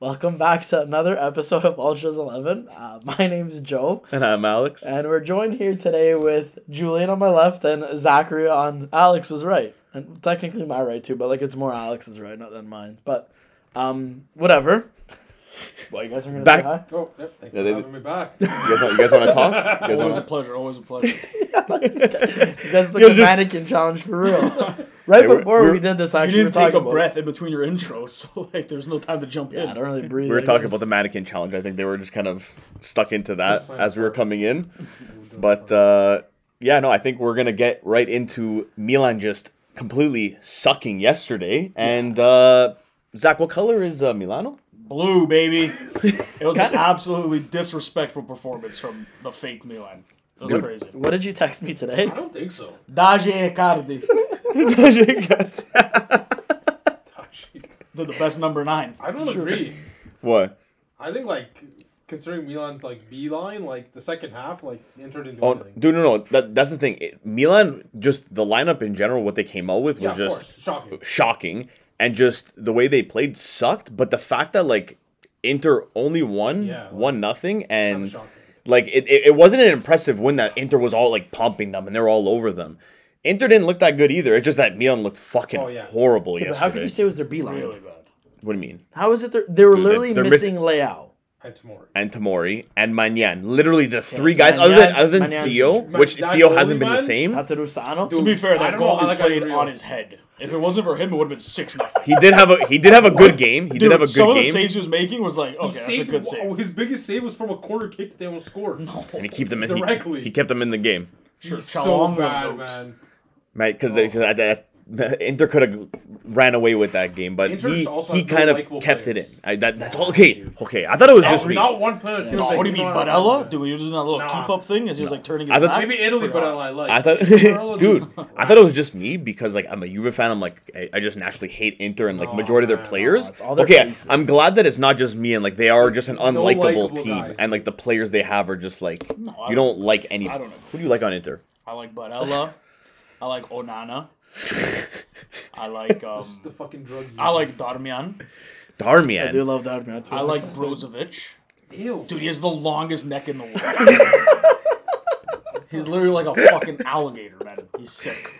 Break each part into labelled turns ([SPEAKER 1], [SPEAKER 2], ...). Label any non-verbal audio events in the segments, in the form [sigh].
[SPEAKER 1] Welcome back to another episode of Ultras 11. Uh, my name's Joe,
[SPEAKER 2] And I'm Alex.
[SPEAKER 1] and we're joined here today with Julian on my left and Zachary on Alex's right. And technically my right too, but like it's more Alex's right, not than mine. But um, whatever. Well, you guys are gonna
[SPEAKER 2] Back-
[SPEAKER 1] say hi? [laughs]
[SPEAKER 3] Oh, yep. Thank
[SPEAKER 2] Yeah,
[SPEAKER 3] you
[SPEAKER 2] they
[SPEAKER 3] for
[SPEAKER 2] did-
[SPEAKER 3] having me back.
[SPEAKER 2] [laughs] You guys, want- you guys want to talk? You guys
[SPEAKER 3] always a
[SPEAKER 2] want
[SPEAKER 3] pleasure. Always a pleasure.
[SPEAKER 1] you guys
[SPEAKER 2] You
[SPEAKER 1] look
[SPEAKER 2] guys
[SPEAKER 1] a
[SPEAKER 2] just-
[SPEAKER 1] mannequin challenge for real. Right
[SPEAKER 2] [laughs] Hey, we're-
[SPEAKER 1] before we
[SPEAKER 2] we're-
[SPEAKER 1] did this,
[SPEAKER 3] you
[SPEAKER 1] actually, we were
[SPEAKER 3] didn't take
[SPEAKER 1] talking
[SPEAKER 3] a
[SPEAKER 1] about-
[SPEAKER 3] breath in between your intros, [laughs] so like, there's no time to jump
[SPEAKER 1] Yeah, I
[SPEAKER 3] in.
[SPEAKER 1] don't really breathe.
[SPEAKER 2] we were
[SPEAKER 1] I
[SPEAKER 2] talking
[SPEAKER 1] guess.
[SPEAKER 2] about the mannequin challenge. I think they were just kind of stuck into that as we were coming
[SPEAKER 4] [laughs]
[SPEAKER 2] in. But uh, yeah, no, I think we're gonna get right into Milan just completely sucking yesterday. And uh, Zach, what color is uh, Milano?
[SPEAKER 3] Blue, baby. It was an
[SPEAKER 1] Kinda-
[SPEAKER 3] absolutely disrespectful performance from the fake Milan. That was
[SPEAKER 2] Dude.
[SPEAKER 3] crazy.
[SPEAKER 1] What did you text me today?
[SPEAKER 4] I don't think so.
[SPEAKER 3] Daje Icardi [laughs] did the best number nine.
[SPEAKER 4] I don't agree.
[SPEAKER 2] what?
[SPEAKER 4] I think like considering Milan's like B line, like the second half, like entered into
[SPEAKER 2] Oh,
[SPEAKER 4] anything.
[SPEAKER 2] dude, no, no. That, that's the thing. It- Milan, just the lineup in general, what they came out with
[SPEAKER 4] yeah,
[SPEAKER 2] was
[SPEAKER 4] of
[SPEAKER 2] just
[SPEAKER 4] course, shocking.
[SPEAKER 2] shocking and just the way they played sucked but the fact that like inter only won
[SPEAKER 4] Yeah, like-
[SPEAKER 2] one nothing
[SPEAKER 4] Kinda
[SPEAKER 2] and
[SPEAKER 4] shocking.
[SPEAKER 2] like it, it, it wasn't an impressive win that inter was all like pumping them and they were all over them inter didn't look that good either it's just that milan looked fucking
[SPEAKER 4] Oh, yeah.
[SPEAKER 2] horrible
[SPEAKER 1] But
[SPEAKER 2] yesterday
[SPEAKER 1] How could you say it was their B line?
[SPEAKER 3] Really bad.
[SPEAKER 2] what do you mean
[SPEAKER 1] How is it they're, they were
[SPEAKER 2] Dude, they-
[SPEAKER 1] literally
[SPEAKER 2] they're
[SPEAKER 1] missing Leao?
[SPEAKER 4] And tomorrow.
[SPEAKER 2] and Tamori and Manyan, literally the three guys
[SPEAKER 1] Magnan-
[SPEAKER 2] other than other than
[SPEAKER 1] Magnan's
[SPEAKER 2] Theo,
[SPEAKER 1] injured.
[SPEAKER 2] which
[SPEAKER 4] Magnan
[SPEAKER 2] Theo hasn't been the
[SPEAKER 4] Goldman?
[SPEAKER 2] same.
[SPEAKER 1] Tatarusano?
[SPEAKER 4] Dude,
[SPEAKER 3] To be fair,
[SPEAKER 4] I
[SPEAKER 3] that
[SPEAKER 4] don't know
[SPEAKER 3] goal
[SPEAKER 4] how
[SPEAKER 3] he
[SPEAKER 4] that got
[SPEAKER 3] played
[SPEAKER 4] real.
[SPEAKER 3] on his head. If it wasn't for him, it would have been six nothing.
[SPEAKER 2] He did have a he did have a good game. He did
[SPEAKER 3] Dude,
[SPEAKER 2] have a good
[SPEAKER 3] some of the
[SPEAKER 2] game
[SPEAKER 3] saves he was making was like, okay, that's a
[SPEAKER 4] Saved-
[SPEAKER 3] good
[SPEAKER 4] wow,
[SPEAKER 3] save.
[SPEAKER 4] His biggest save was from a corner kick that they almost scored. No,
[SPEAKER 2] and he kept them in he,
[SPEAKER 4] Directly.
[SPEAKER 2] he kept them in the game.
[SPEAKER 3] Sure,
[SPEAKER 4] so
[SPEAKER 3] Chalonga
[SPEAKER 4] bad,
[SPEAKER 3] wrote.
[SPEAKER 4] man.
[SPEAKER 2] Right, because that [laughs] Inter could have ran away with that game, but
[SPEAKER 4] Inter
[SPEAKER 2] he,
[SPEAKER 4] also
[SPEAKER 2] he
[SPEAKER 4] has no
[SPEAKER 2] kind of
[SPEAKER 4] likable
[SPEAKER 2] kept
[SPEAKER 4] players.
[SPEAKER 2] it in. I, that, that's all, okay. Okay, I thought it was
[SPEAKER 4] Not,
[SPEAKER 2] just me.
[SPEAKER 4] not one player. Yeah.
[SPEAKER 3] No, what do you mean, Barella? Dude, he was doing that little
[SPEAKER 4] Nah.
[SPEAKER 3] keep up thing as he was like turning his
[SPEAKER 2] I thought-
[SPEAKER 3] back.
[SPEAKER 4] Maybe Italy, but I like.
[SPEAKER 2] I thought, [laughs]
[SPEAKER 4] Barella,
[SPEAKER 2] dude, I thought it was just me because like I'm a Juve fan. I'm like I, I just naturally hate Inter and like
[SPEAKER 4] No,
[SPEAKER 2] majority of their
[SPEAKER 4] man, no,
[SPEAKER 2] players.
[SPEAKER 1] it's all their
[SPEAKER 2] okay,
[SPEAKER 1] faces.
[SPEAKER 2] I'm glad that it's not just me and like they are just an unlikable
[SPEAKER 4] likable
[SPEAKER 2] team
[SPEAKER 4] guys,
[SPEAKER 2] and like the players they have are just like
[SPEAKER 3] No, I
[SPEAKER 2] you
[SPEAKER 3] don't-
[SPEAKER 2] don't like any.
[SPEAKER 3] I don't know.
[SPEAKER 2] Who do you like on Inter?
[SPEAKER 3] I
[SPEAKER 1] [laughs]
[SPEAKER 3] like Barella. I like Onana. I
[SPEAKER 1] [laughs]
[SPEAKER 3] like um.
[SPEAKER 4] the fucking drug.
[SPEAKER 3] I like Darmian.
[SPEAKER 2] Darmian.
[SPEAKER 1] I do love that. Man.
[SPEAKER 3] I like Brozovic.
[SPEAKER 4] Ew.
[SPEAKER 3] Dude, he has the longest neck in the
[SPEAKER 1] [laughs]
[SPEAKER 3] world. He's literally like a fucking alligator, man. He's sick.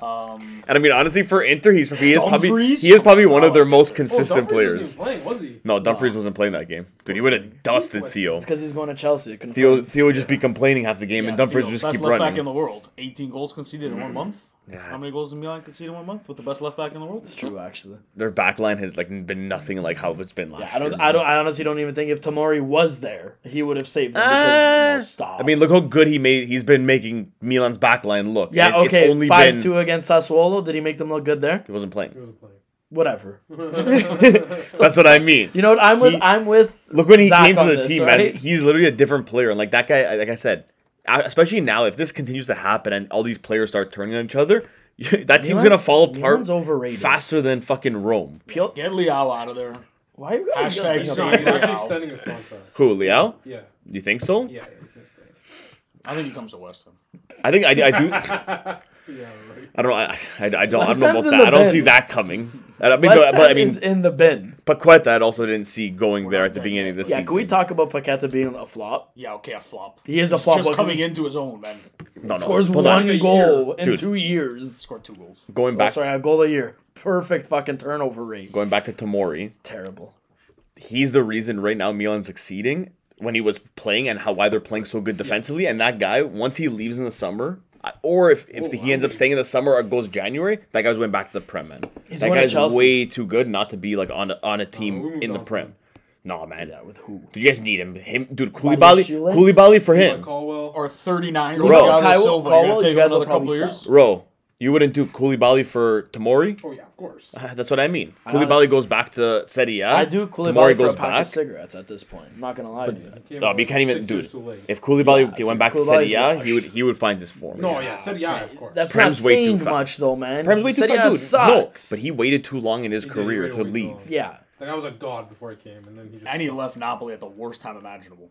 [SPEAKER 3] Um,
[SPEAKER 2] and I mean honestly, for Inter, he's he is probably
[SPEAKER 3] Dumfries?
[SPEAKER 2] he is probably one of
[SPEAKER 3] Oh,
[SPEAKER 2] their most
[SPEAKER 4] Oh,
[SPEAKER 2] consistent players.
[SPEAKER 4] Dumfries Wasn't even playing, was he?
[SPEAKER 2] No, Dumfries wasn't playing that game. Dude, he would have dusted
[SPEAKER 4] was-
[SPEAKER 2] Theo.
[SPEAKER 1] because he's going to Chelsea. Confirmed.
[SPEAKER 2] Theo Theo would just be complaining half the game,
[SPEAKER 3] yeah,
[SPEAKER 2] and Dumfries
[SPEAKER 3] Theo,
[SPEAKER 2] would just
[SPEAKER 3] best
[SPEAKER 2] keep
[SPEAKER 3] left back in
[SPEAKER 2] running.
[SPEAKER 3] the world. 18 goals conceded in
[SPEAKER 1] Mm.
[SPEAKER 3] one month. How many goals did Milan concede in one month with the best left back in the world?
[SPEAKER 1] It's true, actually.
[SPEAKER 2] Their back line has like been nothing like how it's been last
[SPEAKER 1] I don't.
[SPEAKER 2] year.
[SPEAKER 1] I don't. I honestly don't even think if Tamori was there, he would have saved them.
[SPEAKER 2] Uh,
[SPEAKER 1] Because, no, stop.
[SPEAKER 2] I mean, look how good he made. He's been making Milan's back line look.
[SPEAKER 1] yeah.
[SPEAKER 2] It- it's
[SPEAKER 1] okay.
[SPEAKER 2] only
[SPEAKER 1] Five
[SPEAKER 2] been-
[SPEAKER 1] two against Sassuolo. Did he make them look good there?
[SPEAKER 2] He wasn't
[SPEAKER 1] [laughs]
[SPEAKER 4] He
[SPEAKER 2] playing.
[SPEAKER 4] wasn't playing.
[SPEAKER 2] [laughs]
[SPEAKER 1] Whatever. [laughs]
[SPEAKER 2] That's what I mean.
[SPEAKER 1] You know what? I'm with.
[SPEAKER 2] He-
[SPEAKER 1] I'm with.
[SPEAKER 2] Look when he
[SPEAKER 1] Zach
[SPEAKER 2] came to
[SPEAKER 1] on
[SPEAKER 2] the
[SPEAKER 1] this,
[SPEAKER 2] team,
[SPEAKER 1] right?
[SPEAKER 2] man. He's literally a different player, and like that guy, like I said, I- especially now, if this continues to happen and all these players start turning on each other, [laughs] that team's
[SPEAKER 1] Milan-
[SPEAKER 2] gonna fall apart
[SPEAKER 1] Milan's overrated.
[SPEAKER 2] faster than fucking Rome.
[SPEAKER 1] Pio-
[SPEAKER 3] Get Liao out of there.
[SPEAKER 1] Why are you guys
[SPEAKER 3] Hashtag
[SPEAKER 4] He's
[SPEAKER 1] bring
[SPEAKER 3] sorry.
[SPEAKER 1] up
[SPEAKER 2] [laughs]
[SPEAKER 4] not. He's actually
[SPEAKER 3] Wow.
[SPEAKER 4] extending his contract.
[SPEAKER 2] Who, Liao?
[SPEAKER 4] Yeah.
[SPEAKER 2] You think so?
[SPEAKER 4] Yeah, he's extending.
[SPEAKER 3] I think he comes to West Ham.
[SPEAKER 2] I think I, I do.
[SPEAKER 1] [laughs]
[SPEAKER 4] Yeah, right.
[SPEAKER 2] I don't. know, I, I, I don't. I
[SPEAKER 1] West
[SPEAKER 2] don't know
[SPEAKER 1] Ham's
[SPEAKER 2] about
[SPEAKER 1] in
[SPEAKER 2] that.
[SPEAKER 1] the
[SPEAKER 2] I don't
[SPEAKER 1] bin.
[SPEAKER 2] see that coming. And I mean,
[SPEAKER 1] West
[SPEAKER 2] but, but I
[SPEAKER 1] Ham
[SPEAKER 2] mean,
[SPEAKER 1] is in the bin.
[SPEAKER 2] Paqueta, I also didn't see going there
[SPEAKER 3] not
[SPEAKER 2] at the
[SPEAKER 3] there
[SPEAKER 2] beginning
[SPEAKER 3] yet.
[SPEAKER 2] of the
[SPEAKER 1] Yeah,
[SPEAKER 2] season.
[SPEAKER 1] can we talk about Paqueta being a flop?
[SPEAKER 3] Yeah, okay, a flop.
[SPEAKER 1] He is a flop.
[SPEAKER 3] Just
[SPEAKER 1] but
[SPEAKER 3] coming
[SPEAKER 1] he's-
[SPEAKER 3] into his own, man.
[SPEAKER 2] No, no.
[SPEAKER 1] Scores
[SPEAKER 2] hold
[SPEAKER 1] one
[SPEAKER 2] on.
[SPEAKER 1] goal in
[SPEAKER 2] Dude.
[SPEAKER 1] two years.
[SPEAKER 3] Scored two goals.
[SPEAKER 2] Going
[SPEAKER 1] Oh,
[SPEAKER 2] back,
[SPEAKER 1] sorry, a goal a year. Perfect fucking turnover rate.
[SPEAKER 2] going back to Tamori,
[SPEAKER 1] Terrible.
[SPEAKER 2] he's the reason right now Milan's succeeding when he was playing and how why they're playing so good defensively. And that guy, once he leaves in the summer, I- or if, if
[SPEAKER 4] Oh,
[SPEAKER 2] he ends up
[SPEAKER 4] I-
[SPEAKER 2] staying in the summer or goes January, that guy's going back to the Prem. Man,
[SPEAKER 1] He's
[SPEAKER 2] that
[SPEAKER 1] going to
[SPEAKER 2] guy's
[SPEAKER 1] Chelsea. Oh,
[SPEAKER 2] way too good not to be like on a, on a
[SPEAKER 4] we
[SPEAKER 2] team
[SPEAKER 4] moved
[SPEAKER 2] in the
[SPEAKER 4] on from
[SPEAKER 2] Prem.
[SPEAKER 4] him.
[SPEAKER 2] Nah, man.
[SPEAKER 1] Yeah, with who?
[SPEAKER 2] Do you guys need him? Him, dude. Koulibaly,
[SPEAKER 1] Schuyler?
[SPEAKER 2] Koulibaly for
[SPEAKER 4] Like
[SPEAKER 2] him.
[SPEAKER 4] Caldwell.
[SPEAKER 3] Or 39 year
[SPEAKER 2] Bro.
[SPEAKER 3] old Thiago
[SPEAKER 1] Kyle-
[SPEAKER 3] Silva.
[SPEAKER 1] Kyle,
[SPEAKER 3] You're gonna
[SPEAKER 1] you
[SPEAKER 3] take
[SPEAKER 1] guys
[SPEAKER 3] him another
[SPEAKER 1] will probably
[SPEAKER 3] couple years.
[SPEAKER 1] sell.
[SPEAKER 2] Bro, you wouldn't do Koulibaly for Tamori?
[SPEAKER 4] Oh yeah, of course.
[SPEAKER 2] Ah, [sighs] That's what I mean.
[SPEAKER 1] honestly-
[SPEAKER 2] Koulibaly goes back to Serie A.
[SPEAKER 1] I do Koulibaly
[SPEAKER 2] Tomori
[SPEAKER 1] for a pack of cigates at this point. I'm not gonna lie to you.
[SPEAKER 4] He came
[SPEAKER 2] No,
[SPEAKER 4] up
[SPEAKER 2] but you can't
[SPEAKER 4] six
[SPEAKER 2] even, dude.
[SPEAKER 4] years too late.
[SPEAKER 2] If Koulibaly
[SPEAKER 1] Yeah,
[SPEAKER 2] went back to
[SPEAKER 1] Koulibaly's
[SPEAKER 2] Serie A, he
[SPEAKER 1] washed.
[SPEAKER 2] would he would find his form.
[SPEAKER 4] No, yeah, said yeah,
[SPEAKER 3] okay.
[SPEAKER 4] of course.
[SPEAKER 1] That's
[SPEAKER 2] Prem's
[SPEAKER 1] not
[SPEAKER 2] way too
[SPEAKER 1] saying
[SPEAKER 2] fast.
[SPEAKER 1] much though, man.
[SPEAKER 2] Prem's way too
[SPEAKER 1] Serie A
[SPEAKER 2] far, dude.
[SPEAKER 1] Sucks.
[SPEAKER 2] No, but he waited too long in his
[SPEAKER 4] He did
[SPEAKER 2] career
[SPEAKER 4] wait
[SPEAKER 2] to
[SPEAKER 4] a week
[SPEAKER 2] leave.
[SPEAKER 4] long.
[SPEAKER 1] Yeah.
[SPEAKER 4] That guy was a god before he came, and then he just.
[SPEAKER 3] And he left Napoli at the worst time imaginable.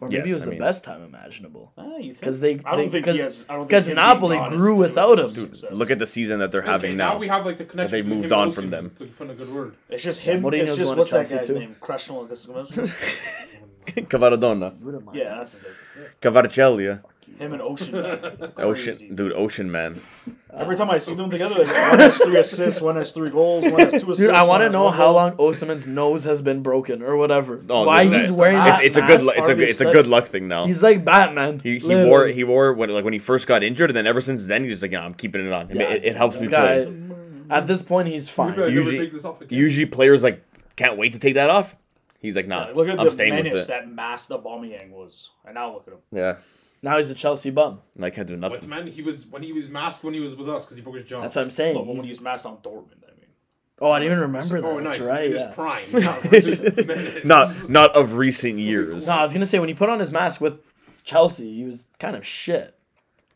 [SPEAKER 1] Or maybe
[SPEAKER 2] Yes,
[SPEAKER 1] it was
[SPEAKER 2] I
[SPEAKER 1] the
[SPEAKER 2] mean-
[SPEAKER 1] best time imaginable.
[SPEAKER 3] Ah, you think?
[SPEAKER 1] Because they,
[SPEAKER 3] I don't
[SPEAKER 1] they-
[SPEAKER 3] think he
[SPEAKER 1] 'cause-
[SPEAKER 3] has. I don't think
[SPEAKER 1] 'cause
[SPEAKER 3] him being
[SPEAKER 1] Napoli
[SPEAKER 3] honest
[SPEAKER 1] grew
[SPEAKER 3] to it
[SPEAKER 1] without
[SPEAKER 3] was a
[SPEAKER 1] him.
[SPEAKER 2] Dude,
[SPEAKER 3] success.
[SPEAKER 2] look at the season that they're having
[SPEAKER 4] Okay,
[SPEAKER 2] now. [laughs]
[SPEAKER 4] we have like the connection.
[SPEAKER 2] they've
[SPEAKER 4] between
[SPEAKER 2] moved
[SPEAKER 4] him and
[SPEAKER 2] on from
[SPEAKER 4] Osu
[SPEAKER 2] them.
[SPEAKER 4] To put in a good word.
[SPEAKER 3] It's just him.
[SPEAKER 1] Mourinho's
[SPEAKER 3] it's
[SPEAKER 1] going
[SPEAKER 3] just
[SPEAKER 1] to
[SPEAKER 3] what's that
[SPEAKER 1] Chelsea
[SPEAKER 3] guy's
[SPEAKER 1] too.
[SPEAKER 3] name? Kreshno Augustinov?
[SPEAKER 2] [laughs] Cavaradonna,
[SPEAKER 3] Yeah, that's his name.
[SPEAKER 2] Cavarcellia,
[SPEAKER 3] Him and Ocean. Man. Crazy.
[SPEAKER 2] [laughs] Ocean, dude, Ocean Man.
[SPEAKER 3] Every time I see them together, like, one has three assists, one has three goals, one has two assists.
[SPEAKER 1] Dude, I
[SPEAKER 3] want to
[SPEAKER 1] know how long Osimhen's nose has been broken or whatever.
[SPEAKER 2] Oh,
[SPEAKER 1] Why
[SPEAKER 2] dude,
[SPEAKER 1] he's
[SPEAKER 2] that-
[SPEAKER 1] wearing that?
[SPEAKER 3] It's-
[SPEAKER 2] It's, it's a good, lu-
[SPEAKER 1] mask.
[SPEAKER 2] it's a, good- it's a good luck thing now.
[SPEAKER 1] He's like Batman.
[SPEAKER 2] He, he
[SPEAKER 1] literally.
[SPEAKER 2] wore he wore when like when he first got injured, and then ever since then he's just like, yeah, I'm keeping it on. It- it, it helps me
[SPEAKER 1] This
[SPEAKER 2] play.
[SPEAKER 1] guy, at this point, he's
[SPEAKER 4] Maybe I
[SPEAKER 1] fine.
[SPEAKER 4] never
[SPEAKER 2] usually-
[SPEAKER 4] take this off again.
[SPEAKER 2] Usually players like can't wait to take that off. He's like, nah,
[SPEAKER 3] Look at
[SPEAKER 2] I'm
[SPEAKER 3] the
[SPEAKER 2] staying with
[SPEAKER 3] menace
[SPEAKER 2] it.
[SPEAKER 3] that masked Aubameyang was, and now look at him.
[SPEAKER 2] Yeah,
[SPEAKER 1] Now he's a Chelsea bum.
[SPEAKER 2] and I can't do
[SPEAKER 4] But
[SPEAKER 2] nothing.
[SPEAKER 4] man, he was when he was masked when he was with us because he broke his jaw.
[SPEAKER 1] That's what I'm saying.
[SPEAKER 3] But when he
[SPEAKER 1] He's-
[SPEAKER 3] was masked on Dortmund, I mean,
[SPEAKER 1] Oh, I didn't even remember
[SPEAKER 4] Oh,
[SPEAKER 1] that. That's
[SPEAKER 4] nice.
[SPEAKER 1] right.
[SPEAKER 4] In his
[SPEAKER 1] yeah.
[SPEAKER 4] prime. Not recent
[SPEAKER 2] [laughs]
[SPEAKER 4] menace.
[SPEAKER 2] Not not of recent years.
[SPEAKER 1] No, I was gonna say when he put on his mask with Chelsea, he was kind of shit.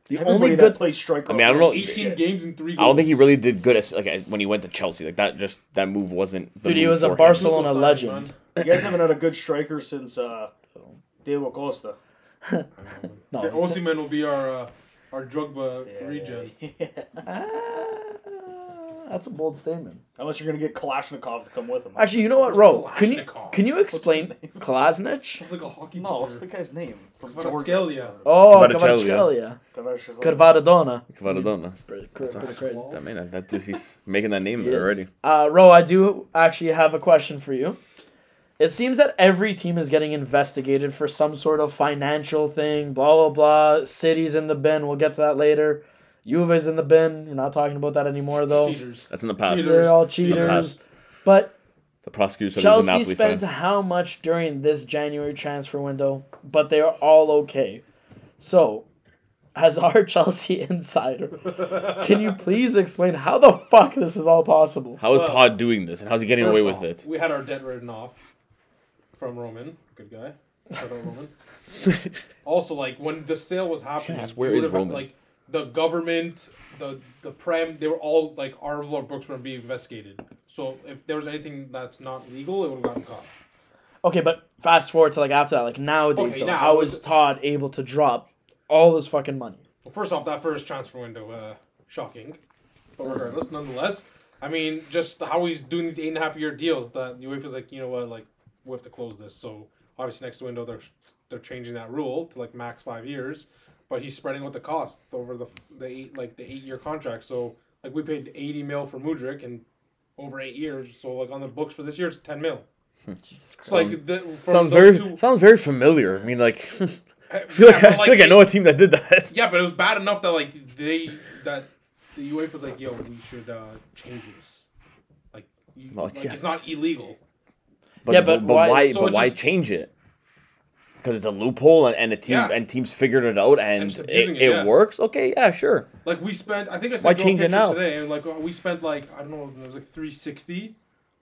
[SPEAKER 1] The
[SPEAKER 3] everybody
[SPEAKER 1] only
[SPEAKER 3] that
[SPEAKER 1] good
[SPEAKER 3] plays striker.
[SPEAKER 2] I mean, I don't know.
[SPEAKER 3] is
[SPEAKER 4] 18
[SPEAKER 3] shit.
[SPEAKER 4] games and three. Goals.
[SPEAKER 2] I don't think he really did good as, like I- when he went to Chelsea. Like that, just that move wasn't. The
[SPEAKER 1] dude, he
[SPEAKER 2] move
[SPEAKER 1] was a
[SPEAKER 2] for him.
[SPEAKER 1] Barcelona
[SPEAKER 4] Google sign,
[SPEAKER 1] legend.
[SPEAKER 4] man.
[SPEAKER 3] You guys haven't had a good striker since uh, Diego Costa.
[SPEAKER 1] No,
[SPEAKER 4] Okay,
[SPEAKER 1] he's-
[SPEAKER 4] Osimhen will be our uh, our Drogba
[SPEAKER 3] Yeah,
[SPEAKER 4] regen.
[SPEAKER 3] yeah.
[SPEAKER 1] Ah, that's a bold statement.
[SPEAKER 3] [laughs] Unless you're gonna get Kalashnikov to come with him.
[SPEAKER 1] Actually, you know what, Ro? Can you
[SPEAKER 4] Kalashnikov.
[SPEAKER 1] can you explain
[SPEAKER 3] What's his
[SPEAKER 1] Klasnich?
[SPEAKER 4] It's like a hockey
[SPEAKER 3] no, what's the
[SPEAKER 4] player.
[SPEAKER 3] guy's name from Georgia?
[SPEAKER 4] Kvaratskhelia.
[SPEAKER 1] Oh,
[SPEAKER 2] Kvaratskhelia.
[SPEAKER 1] Kvaratskhelia,
[SPEAKER 3] Kvaratskhelia.
[SPEAKER 1] Kvaradona.
[SPEAKER 2] Kvaradona.
[SPEAKER 1] Pretty cra- pretty crazy.
[SPEAKER 2] That man, that- that dude, he's making that name
[SPEAKER 1] Yes.
[SPEAKER 2] already.
[SPEAKER 1] Uh, Ro, I do actually have a question for you. It seems that every team is getting investigated for some sort of financial thing, blah, blah, blah. City's in the bin. We'll get to that later. Juve's in the bin. We're not talking about that anymore, though.
[SPEAKER 4] Cheaters.
[SPEAKER 2] That's in the past.
[SPEAKER 4] Cheater.
[SPEAKER 1] They're all
[SPEAKER 2] the
[SPEAKER 1] cheaters.
[SPEAKER 2] past.
[SPEAKER 1] But
[SPEAKER 2] The prosecutor said he was a
[SPEAKER 1] Chelsea
[SPEAKER 2] Napoli fan.
[SPEAKER 1] spent how much during this January transfer window? But they are all okay. So, as our [laughs] Chelsea insider, can
[SPEAKER 2] [laughs]
[SPEAKER 1] you please explain how the fuck this is all possible?
[SPEAKER 2] How is
[SPEAKER 4] Well,
[SPEAKER 2] Todd doing this, and how's he getting away with it?
[SPEAKER 4] We had our debt written off from Roman. Good guy. Shout
[SPEAKER 2] [laughs]
[SPEAKER 4] out Roman. also, like when the sale was happening,
[SPEAKER 2] ask, where
[SPEAKER 4] we
[SPEAKER 2] is
[SPEAKER 4] would've had,
[SPEAKER 2] Roman?
[SPEAKER 4] Like the government, the the prem, they were all like our law books were being investigated. So if there was anything that's not legal, it would have gotten caught.
[SPEAKER 1] Okay, but fast forward to like after that, like nowadays,
[SPEAKER 4] Okay,
[SPEAKER 1] though,
[SPEAKER 4] now
[SPEAKER 1] how
[SPEAKER 4] it's-
[SPEAKER 1] is Todd able to drop all this fucking money?
[SPEAKER 4] Well, first off, that first transfer window, uh, shocking. But
[SPEAKER 2] Hmm.
[SPEAKER 4] regardless, nonetheless, I mean, just how he's doing these eight and a half year deals that UEFA's like, you know what, like we have to close this. So obviously, next window they're they're changing that rule to like max five years, but he's spreading out the cost over the the eight like the eight year contract. So like we paid eighty mil for Mudrik and over eight years. So like on the books for this year, it's ten mil. It's like the, from
[SPEAKER 2] Sounds
[SPEAKER 4] those
[SPEAKER 2] very
[SPEAKER 4] two-
[SPEAKER 2] sounds very familiar. I mean, like, [laughs] I feel
[SPEAKER 4] Yeah,
[SPEAKER 2] like,
[SPEAKER 4] but,
[SPEAKER 2] I, feel like I know a team that did that.
[SPEAKER 4] Yeah, but it was bad enough that like they that the UEFA was like, "Yo, we should uh, change this." Like, you,
[SPEAKER 2] Well,
[SPEAKER 4] like
[SPEAKER 2] yeah.
[SPEAKER 4] it's not illegal.
[SPEAKER 2] But,
[SPEAKER 1] Yeah,
[SPEAKER 2] but,
[SPEAKER 1] but
[SPEAKER 2] but why?
[SPEAKER 1] why-
[SPEAKER 4] so
[SPEAKER 2] but
[SPEAKER 4] it's
[SPEAKER 2] why
[SPEAKER 4] just-
[SPEAKER 2] change it? Because it's a loophole, and, and a team
[SPEAKER 4] Yeah.
[SPEAKER 2] and teams figured it out, and
[SPEAKER 4] just
[SPEAKER 2] it,
[SPEAKER 4] abusing
[SPEAKER 2] it,
[SPEAKER 4] it, yeah.
[SPEAKER 2] works. Okay, yeah, sure.
[SPEAKER 4] Like we spent, I think I said
[SPEAKER 2] Why
[SPEAKER 4] go
[SPEAKER 2] change it
[SPEAKER 4] pictures
[SPEAKER 2] now?
[SPEAKER 4] today, and like uh, we spent like I don't know, it was like three sixty,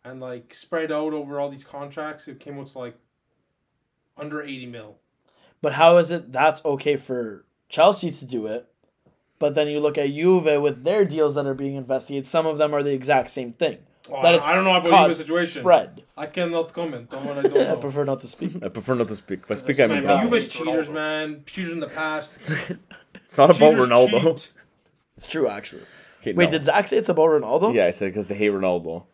[SPEAKER 4] and like spread out over all these contracts, it came out to like under eighty mil.
[SPEAKER 1] But how is it that's okay for Chelsea to do it, but then you look at Juve with their deals that are being investigated. Some of them are the exact same thing.
[SPEAKER 4] Oh,
[SPEAKER 1] That
[SPEAKER 4] I,
[SPEAKER 1] it's
[SPEAKER 4] I don't know about the
[SPEAKER 1] caused
[SPEAKER 4] situation.
[SPEAKER 1] Spread.
[SPEAKER 4] I cannot comment on
[SPEAKER 2] [laughs]
[SPEAKER 4] what I don't know.
[SPEAKER 2] Oh.
[SPEAKER 1] I prefer not to speak.
[SPEAKER 2] I prefer not to speak. If I speak,
[SPEAKER 3] it's
[SPEAKER 2] I
[SPEAKER 3] the
[SPEAKER 2] mean,
[SPEAKER 3] same
[SPEAKER 4] But
[SPEAKER 2] nothing.
[SPEAKER 3] value.
[SPEAKER 4] Juve's cheaters, man. Cheaters in
[SPEAKER 2] [laughs]
[SPEAKER 4] the past.
[SPEAKER 2] it's not about
[SPEAKER 4] Cheaters
[SPEAKER 2] Ronaldo.
[SPEAKER 4] cheat.
[SPEAKER 1] It's true, actually.
[SPEAKER 2] [laughs] Okay,
[SPEAKER 1] Wait,
[SPEAKER 2] no.
[SPEAKER 1] did Zach say it's about Ronaldo?
[SPEAKER 2] yeah, I said because they hate Ronaldo.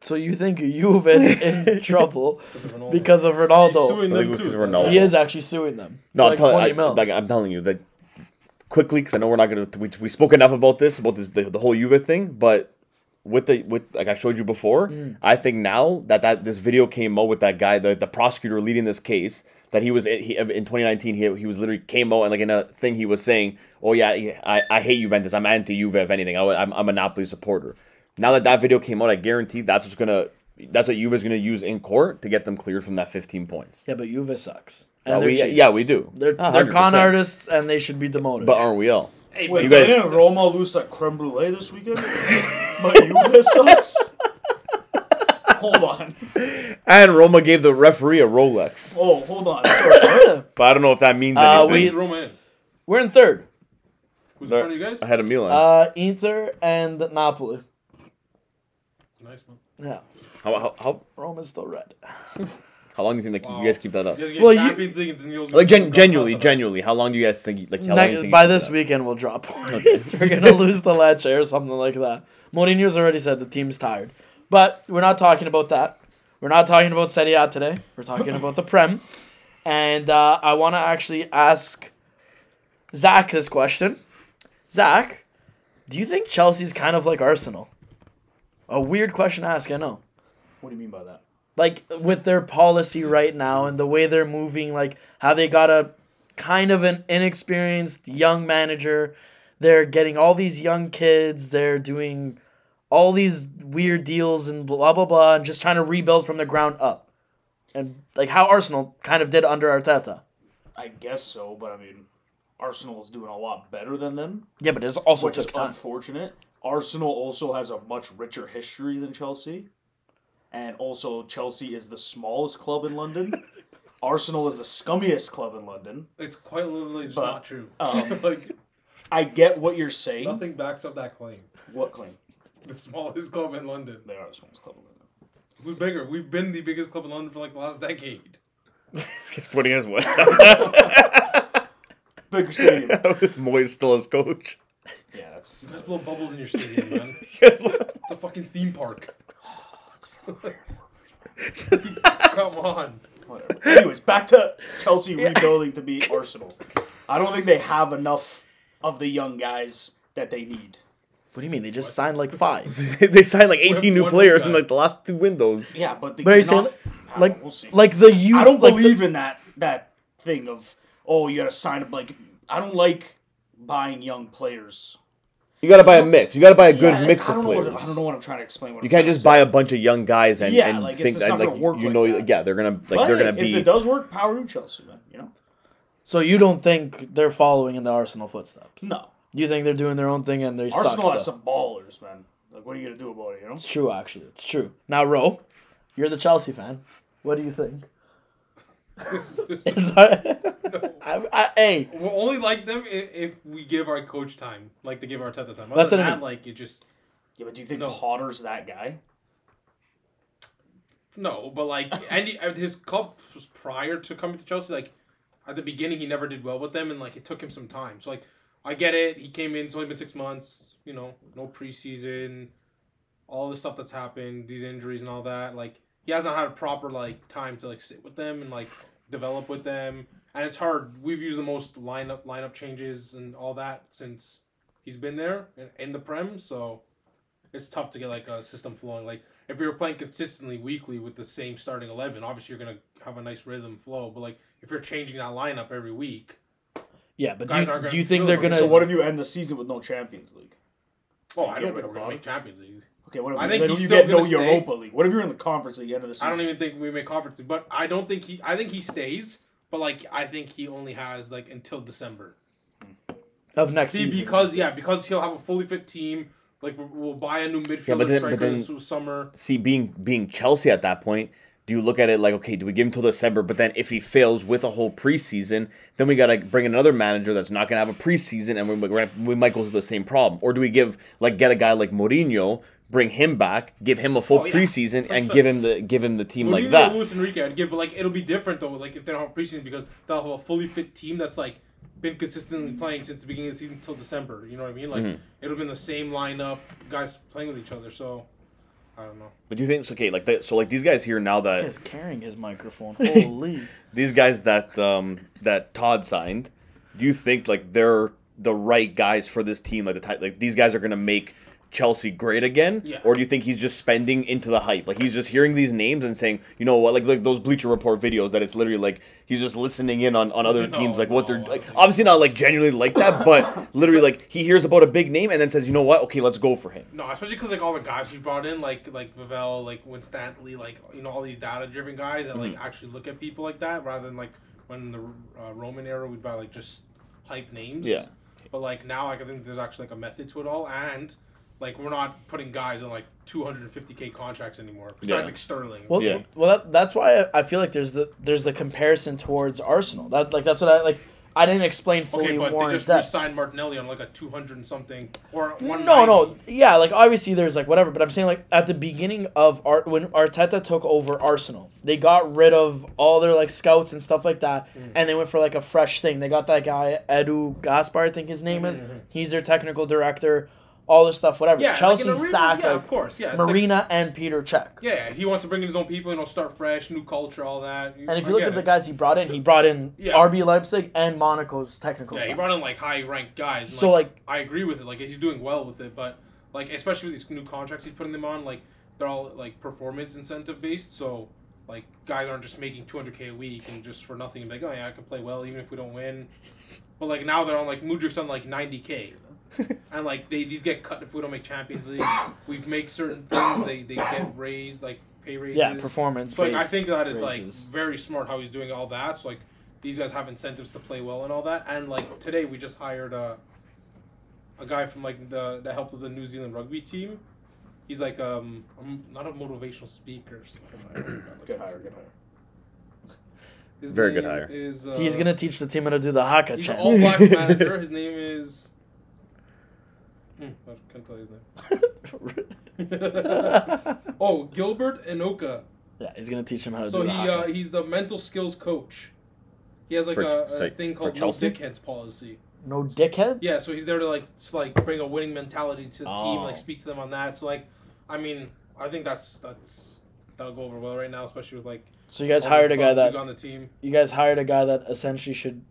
[SPEAKER 1] So you think Juve is
[SPEAKER 2] [laughs]
[SPEAKER 1] in trouble
[SPEAKER 4] Ronaldo.
[SPEAKER 1] because of
[SPEAKER 4] He's
[SPEAKER 1] Ronaldo?
[SPEAKER 4] suing
[SPEAKER 2] So they
[SPEAKER 4] them
[SPEAKER 2] go 'cause
[SPEAKER 4] too.
[SPEAKER 2] of Ronaldo.
[SPEAKER 1] He is actually suing them.
[SPEAKER 2] No,
[SPEAKER 1] for like
[SPEAKER 2] I'm, tell-
[SPEAKER 1] 20
[SPEAKER 2] I,
[SPEAKER 1] mil.
[SPEAKER 2] like, I'm telling you that quickly because I know we're not gonna. We, we spoke enough about this about this the, the whole Juve thing, but with the with like I showed you before,
[SPEAKER 1] Mm.
[SPEAKER 2] I think now that that this video came out with that guy, the, the prosecutor leading this case, that he was in, he, in 2019, he, he was literally came out and like in a thing he was saying, oh yeah, yeah, I, I hate Juventus, I'm anti Juve if anything, I, am I'm a Napoli supporter. Now that that video came out, I guarantee that's what's gonna that's what Juve's gonna use in court to get them cleared from that 15 points.
[SPEAKER 1] yeah, but Juve sucks. And
[SPEAKER 2] Yeah,
[SPEAKER 1] they're
[SPEAKER 2] we,
[SPEAKER 1] cheaters.
[SPEAKER 2] yeah, we do.
[SPEAKER 1] They're,
[SPEAKER 2] A
[SPEAKER 1] they're
[SPEAKER 2] hundred
[SPEAKER 1] con
[SPEAKER 2] percent.
[SPEAKER 1] artists and they should be demoted.
[SPEAKER 2] But aren't we all?
[SPEAKER 4] Hey,
[SPEAKER 3] Wait,
[SPEAKER 2] You
[SPEAKER 4] but
[SPEAKER 2] guys-
[SPEAKER 3] didn't Roma lose that creme brulee this weekend? [laughs] but you sucks. hold on.
[SPEAKER 2] And Roma gave the referee a Rolex.
[SPEAKER 3] Oh, hold on. Sorry, what?
[SPEAKER 2] But I don't know if that means
[SPEAKER 1] Uh,
[SPEAKER 4] Who's
[SPEAKER 2] anything.
[SPEAKER 1] we-
[SPEAKER 4] Roma in?
[SPEAKER 1] We're in third.
[SPEAKER 4] Who's in front of you guys?
[SPEAKER 2] I had a Milan.
[SPEAKER 1] Uh, Inter and Napoli.
[SPEAKER 4] nice one.
[SPEAKER 1] Yeah,
[SPEAKER 2] how, how, how,
[SPEAKER 1] Roma's still red.
[SPEAKER 2] How long do you think like,
[SPEAKER 4] Wow.
[SPEAKER 2] you guys keep that up?
[SPEAKER 4] Just get
[SPEAKER 1] Well, you-
[SPEAKER 4] Champions League and you'll-
[SPEAKER 2] Like gen-
[SPEAKER 4] you'll-
[SPEAKER 2] genuinely, genuinely, how long do you guys think? Like how long do you
[SPEAKER 1] Ne-
[SPEAKER 2] think
[SPEAKER 1] by
[SPEAKER 2] you keep
[SPEAKER 1] this
[SPEAKER 2] that?
[SPEAKER 1] weekend, we'll drop [laughs] points. We're gonna lose the Lecce or something like that. Mourinho's already said the team's tired, but we're not talking about that. We're not talking about Serie A today. We're talking about the Prem, and uh, I want to actually ask Zach this question. Zach, do you think Chelsea's kind of like Arsenal? A weird question to ask, I know
[SPEAKER 3] What do you mean by that?
[SPEAKER 1] like with their policy right now and the way they're moving, like how they got a kind of an inexperienced young manager. They're getting all these young kids. They're doing all these weird deals and blah blah blah, and just trying to rebuild from the ground up. And like how Arsenal kind of did under Arteta.
[SPEAKER 3] I guess so, but I mean, Arsenal is doing a lot better than them,
[SPEAKER 1] Yeah, but it's also
[SPEAKER 3] which is
[SPEAKER 1] took time.
[SPEAKER 3] unfortunate. Arsenal also has a much richer history than Chelsea, and also Chelsea is the smallest club in London. Arsenal is the scummiest club in London.
[SPEAKER 4] It's quite literally just
[SPEAKER 3] But,
[SPEAKER 4] not true.
[SPEAKER 3] um,
[SPEAKER 4] [laughs] like
[SPEAKER 3] I get what you're saying.
[SPEAKER 4] nothing backs up that claim. [laughs]
[SPEAKER 3] What claim?
[SPEAKER 4] The smallest club in London.
[SPEAKER 3] They are the smallest club in London.
[SPEAKER 4] We're bigger. We've been the biggest club in London for like the last decade.
[SPEAKER 2] It's putting us what?
[SPEAKER 3] Bigger stadium.
[SPEAKER 2] [laughs] With Moyes still as coach. [laughs]
[SPEAKER 3] yeah, that's
[SPEAKER 4] You guys blow bubbles in your stadium, man. It's a fucking theme
[SPEAKER 2] [laughs]
[SPEAKER 4] park. Come on.
[SPEAKER 3] whatever. Anyways, back to Chelsea rebuilding to be Arsenal. I don't think they have enough of the young guys that they need.
[SPEAKER 1] What do you mean? They just signed
[SPEAKER 3] [laughs]
[SPEAKER 1] like five.
[SPEAKER 2] they signed like 18 new
[SPEAKER 4] One
[SPEAKER 2] players
[SPEAKER 4] guy.
[SPEAKER 2] in like the last two windows.
[SPEAKER 3] Yeah, but the,
[SPEAKER 1] But are you
[SPEAKER 3] they're not-
[SPEAKER 1] saying,
[SPEAKER 3] I don't
[SPEAKER 1] like-
[SPEAKER 3] know, we'll see.
[SPEAKER 1] Like the youth.
[SPEAKER 3] I don't
[SPEAKER 1] like the-
[SPEAKER 3] believe in that that thing of oh you gotta sign up like I don't like buying young players.
[SPEAKER 2] You gotta buy a mix. You gotta buy a good
[SPEAKER 3] Yeah,
[SPEAKER 2] mix
[SPEAKER 3] I
[SPEAKER 2] of
[SPEAKER 3] don't know what-
[SPEAKER 2] players.
[SPEAKER 3] I don't know what I'm trying to explain. What
[SPEAKER 2] You can't just buy a bunch of young guys and,
[SPEAKER 3] Yeah,
[SPEAKER 2] and
[SPEAKER 3] like, it's
[SPEAKER 2] think
[SPEAKER 3] just
[SPEAKER 2] that
[SPEAKER 3] not
[SPEAKER 2] like
[SPEAKER 3] gonna work
[SPEAKER 2] you
[SPEAKER 3] like
[SPEAKER 2] know
[SPEAKER 3] that.
[SPEAKER 2] yeah they're gonna like
[SPEAKER 3] But
[SPEAKER 2] they're gonna
[SPEAKER 3] if
[SPEAKER 2] be
[SPEAKER 3] it does work, power to Chelsea, man. You know,
[SPEAKER 1] so you don't think they're following in the Arsenal footsteps?
[SPEAKER 3] no.
[SPEAKER 1] You think they're doing their own thing and they suck
[SPEAKER 3] Arsenal
[SPEAKER 1] still?
[SPEAKER 3] has some ballers, man. Like, what are you gonna do about it? You know,
[SPEAKER 1] It's true, actually. It's true. Now, Ro, you're the Chelsea fan. What do you think? Is that- [laughs] I, I, hey,
[SPEAKER 4] We'll only like them i- if we give our coach time, like they give Arteta time. Other
[SPEAKER 1] That's
[SPEAKER 4] than
[SPEAKER 1] what I
[SPEAKER 4] that,
[SPEAKER 1] mean.
[SPEAKER 4] like it just
[SPEAKER 3] yeah, but do you think
[SPEAKER 4] No.
[SPEAKER 3] Potter's that guy?
[SPEAKER 4] no. But like any uh, his club was prior to coming to Chelsea, like at the beginning he never did well with them, and like it took him some time. So like I get it. He came in. It's only been six months. You know, no preseason, all the stuff that's happened, these injuries and all that. Like he hasn't had a proper like time to like sit with them and like develop with them. And it's hard. We've used the most lineup lineup changes and all that since he's been there in, in the prem. So it's tough to get like a system flowing. Like if you're playing consistently weekly with the same starting eleven, obviously you're gonna have a nice rhythm flow. But like if you're changing that lineup every week,
[SPEAKER 1] yeah, but do
[SPEAKER 4] Guys
[SPEAKER 1] you,
[SPEAKER 4] aren't gonna
[SPEAKER 1] do you think
[SPEAKER 4] feel
[SPEAKER 1] they're
[SPEAKER 4] it.
[SPEAKER 1] gonna?
[SPEAKER 4] So
[SPEAKER 3] So what if you end the season with no Champions League?
[SPEAKER 4] oh, I
[SPEAKER 3] Yeah,
[SPEAKER 4] don't think
[SPEAKER 3] but
[SPEAKER 4] we're gonna
[SPEAKER 3] Bob-
[SPEAKER 4] make Champions League.
[SPEAKER 3] Okay, what if
[SPEAKER 4] I
[SPEAKER 3] I
[SPEAKER 4] think
[SPEAKER 3] then
[SPEAKER 4] he's
[SPEAKER 3] you
[SPEAKER 4] still
[SPEAKER 3] get no
[SPEAKER 4] gonna stay.
[SPEAKER 3] Europa League? What if you're in the conference at the end of the season?
[SPEAKER 4] I don't even think we make conference, but I don't think he. I think he stays, but like I think he only has like until December.
[SPEAKER 1] of next
[SPEAKER 4] See,
[SPEAKER 1] season?
[SPEAKER 4] because yeah, because he'll have a fully fit team. Like we- we'll buy a new midfielder
[SPEAKER 2] Yeah, but then-
[SPEAKER 4] striker
[SPEAKER 2] but then-
[SPEAKER 4] this summer.
[SPEAKER 2] see being being Chelsea at that point. Do you look at it like okay, do we give him till December? But then if he fails with a whole preseason, then we gotta bring another manager that's not gonna have a preseason, and we we're gonna, we might go through the same problem. Or do we give like get a guy like Mourinho, bring him back, give him a full
[SPEAKER 4] Oh, yeah.
[SPEAKER 2] preseason, and
[SPEAKER 4] so-
[SPEAKER 2] give him the give him the team
[SPEAKER 4] Well,
[SPEAKER 2] like
[SPEAKER 4] even
[SPEAKER 2] that?
[SPEAKER 4] Luis Enrique, I'd give, but like it'll be different though. Like if they don't have preseason, because they'll have a fully fit team that's like been consistently playing since the beginning of the season until December. You know what I mean? Like
[SPEAKER 2] Mm-hmm.
[SPEAKER 4] it'll have been the same lineup, guys playing with each other. So I don't know.
[SPEAKER 2] But do you think it's okay? Like that, so like these guys here now that
[SPEAKER 1] He's carrying his
[SPEAKER 4] [laughs]
[SPEAKER 1] microphone. Holy!
[SPEAKER 2] these guys that um that Todd signed, do you think like they're the right guys for this team? Like the type, like these guys are gonna make Chelsea great again,
[SPEAKER 4] Yeah.
[SPEAKER 2] or do you think he's just spending into the hype? Like he's just hearing these names and saying, you know what, like like those Bleacher Report videos that it's literally like he's just listening in on, on other
[SPEAKER 4] No,
[SPEAKER 2] teams, like what
[SPEAKER 4] no,
[SPEAKER 2] they're
[SPEAKER 4] I
[SPEAKER 2] like.
[SPEAKER 4] don't think
[SPEAKER 2] Obviously not like genuinely like that,
[SPEAKER 4] [laughs]
[SPEAKER 2] but literally like he hears about a big name and then says, you know what, okay, let's go for him.
[SPEAKER 4] No, especially because like all the guys we brought in, like like Vivell, like Winstantley, like you know all these data-driven guys that
[SPEAKER 2] Mm-hmm.
[SPEAKER 4] like actually look at people like that, rather than like when the uh, Roman era we'd buy like just hype names.
[SPEAKER 2] Yeah.
[SPEAKER 4] But like now, like I think there's actually like a method to it all, and like we're not putting guys on like 250k contracts anymore. Besides
[SPEAKER 2] Yeah.
[SPEAKER 4] like Sterling.
[SPEAKER 1] Well,
[SPEAKER 2] Yeah.
[SPEAKER 1] well, that, that's why I, I feel like there's the there's the comparison towards Arsenal. That like that's what I like. I didn't explain fully
[SPEAKER 4] Okay, but they
[SPEAKER 1] Warren's
[SPEAKER 4] just
[SPEAKER 1] death.
[SPEAKER 4] re-signed Martinelli on like a two hundred and something or one.
[SPEAKER 1] No, no, yeah, like obviously there's like whatever, but I'm saying like at the beginning of Art when Arteta took over Arsenal, they got rid of all their like scouts and stuff like that,
[SPEAKER 4] Mm.
[SPEAKER 1] and they went for like a fresh thing. They got that guy Edu Gaspar, I think his name is. He's their technical director, all this stuff, whatever.
[SPEAKER 4] Mm-hmm. Yeah,
[SPEAKER 1] Chelsea
[SPEAKER 4] like in a real-
[SPEAKER 1] sacked
[SPEAKER 4] Yeah,
[SPEAKER 1] like,
[SPEAKER 4] of course. Yeah, it's like-
[SPEAKER 1] Marina and Peter Cech.
[SPEAKER 4] yeah, he wants to bring in his own people. You know, start fresh, new culture, all that.
[SPEAKER 1] And if
[SPEAKER 4] I
[SPEAKER 1] you look
[SPEAKER 4] get
[SPEAKER 1] at the
[SPEAKER 4] it.
[SPEAKER 1] guys he brought in, he brought in
[SPEAKER 4] Yeah.
[SPEAKER 1] RB Leipzig and Monaco's technical
[SPEAKER 4] Yeah, he
[SPEAKER 1] staff.
[SPEAKER 4] brought in like high ranked guys. and,
[SPEAKER 1] So, like-
[SPEAKER 4] I agree with it. Like he's doing well with it, but like especially with these new contracts he's putting them on, like they're all like performance incentive based. So like guys aren't just making 200k a week and just for nothing and be like, oh yeah, I can play well even if we don't win. But like now they're on like Mudrik's on like
[SPEAKER 1] [laughs]
[SPEAKER 4] 90k, and like they these get cut if we don't make Champions League. we make certain things they they get raised like pay raises.
[SPEAKER 1] yeah, performance.
[SPEAKER 4] So like, I
[SPEAKER 1] based
[SPEAKER 4] think that it's
[SPEAKER 1] raises.
[SPEAKER 4] like very smart how he's doing all that. So like these guys have incentives to play well and all that. And like today we just hired a a guy from like the that helped with the New Zealand rugby team. He's like um I'm not a motivational speaker. So I
[SPEAKER 2] [laughs]
[SPEAKER 4] don't know.
[SPEAKER 3] Good hire, good hire.
[SPEAKER 4] His
[SPEAKER 2] Very good
[SPEAKER 4] name
[SPEAKER 2] hire.
[SPEAKER 4] Is, uh,
[SPEAKER 1] he's gonna teach the team how to do the haka
[SPEAKER 4] He's an
[SPEAKER 1] chant. [laughs]
[SPEAKER 4] all black manager. His name is. Hmm, I can't tell you his name.
[SPEAKER 1] [laughs] yeah,
[SPEAKER 4] oh, Gilbert Enoka.
[SPEAKER 1] he's gonna teach him how to
[SPEAKER 4] So
[SPEAKER 1] do
[SPEAKER 4] he
[SPEAKER 1] the
[SPEAKER 4] uh,
[SPEAKER 1] haka.
[SPEAKER 4] he's the mental skills coach. He has like
[SPEAKER 2] For
[SPEAKER 4] a,
[SPEAKER 2] Ch-
[SPEAKER 4] a
[SPEAKER 2] sorry,
[SPEAKER 4] thing
[SPEAKER 2] for
[SPEAKER 4] called no
[SPEAKER 2] Chelsea?
[SPEAKER 4] dickheads policy.
[SPEAKER 1] no dickheads.
[SPEAKER 4] Yeah, so he's there to like s- like bring a winning mentality to the team,
[SPEAKER 1] Oh.
[SPEAKER 4] like speak to them on that. So like, I mean, I think that's that's that'll go over well right now, especially with like
[SPEAKER 1] So you guys
[SPEAKER 4] all
[SPEAKER 1] hired a
[SPEAKER 4] these
[SPEAKER 1] guy
[SPEAKER 4] bums who
[SPEAKER 1] that
[SPEAKER 4] got on the team
[SPEAKER 1] you guys hired a guy that essentially should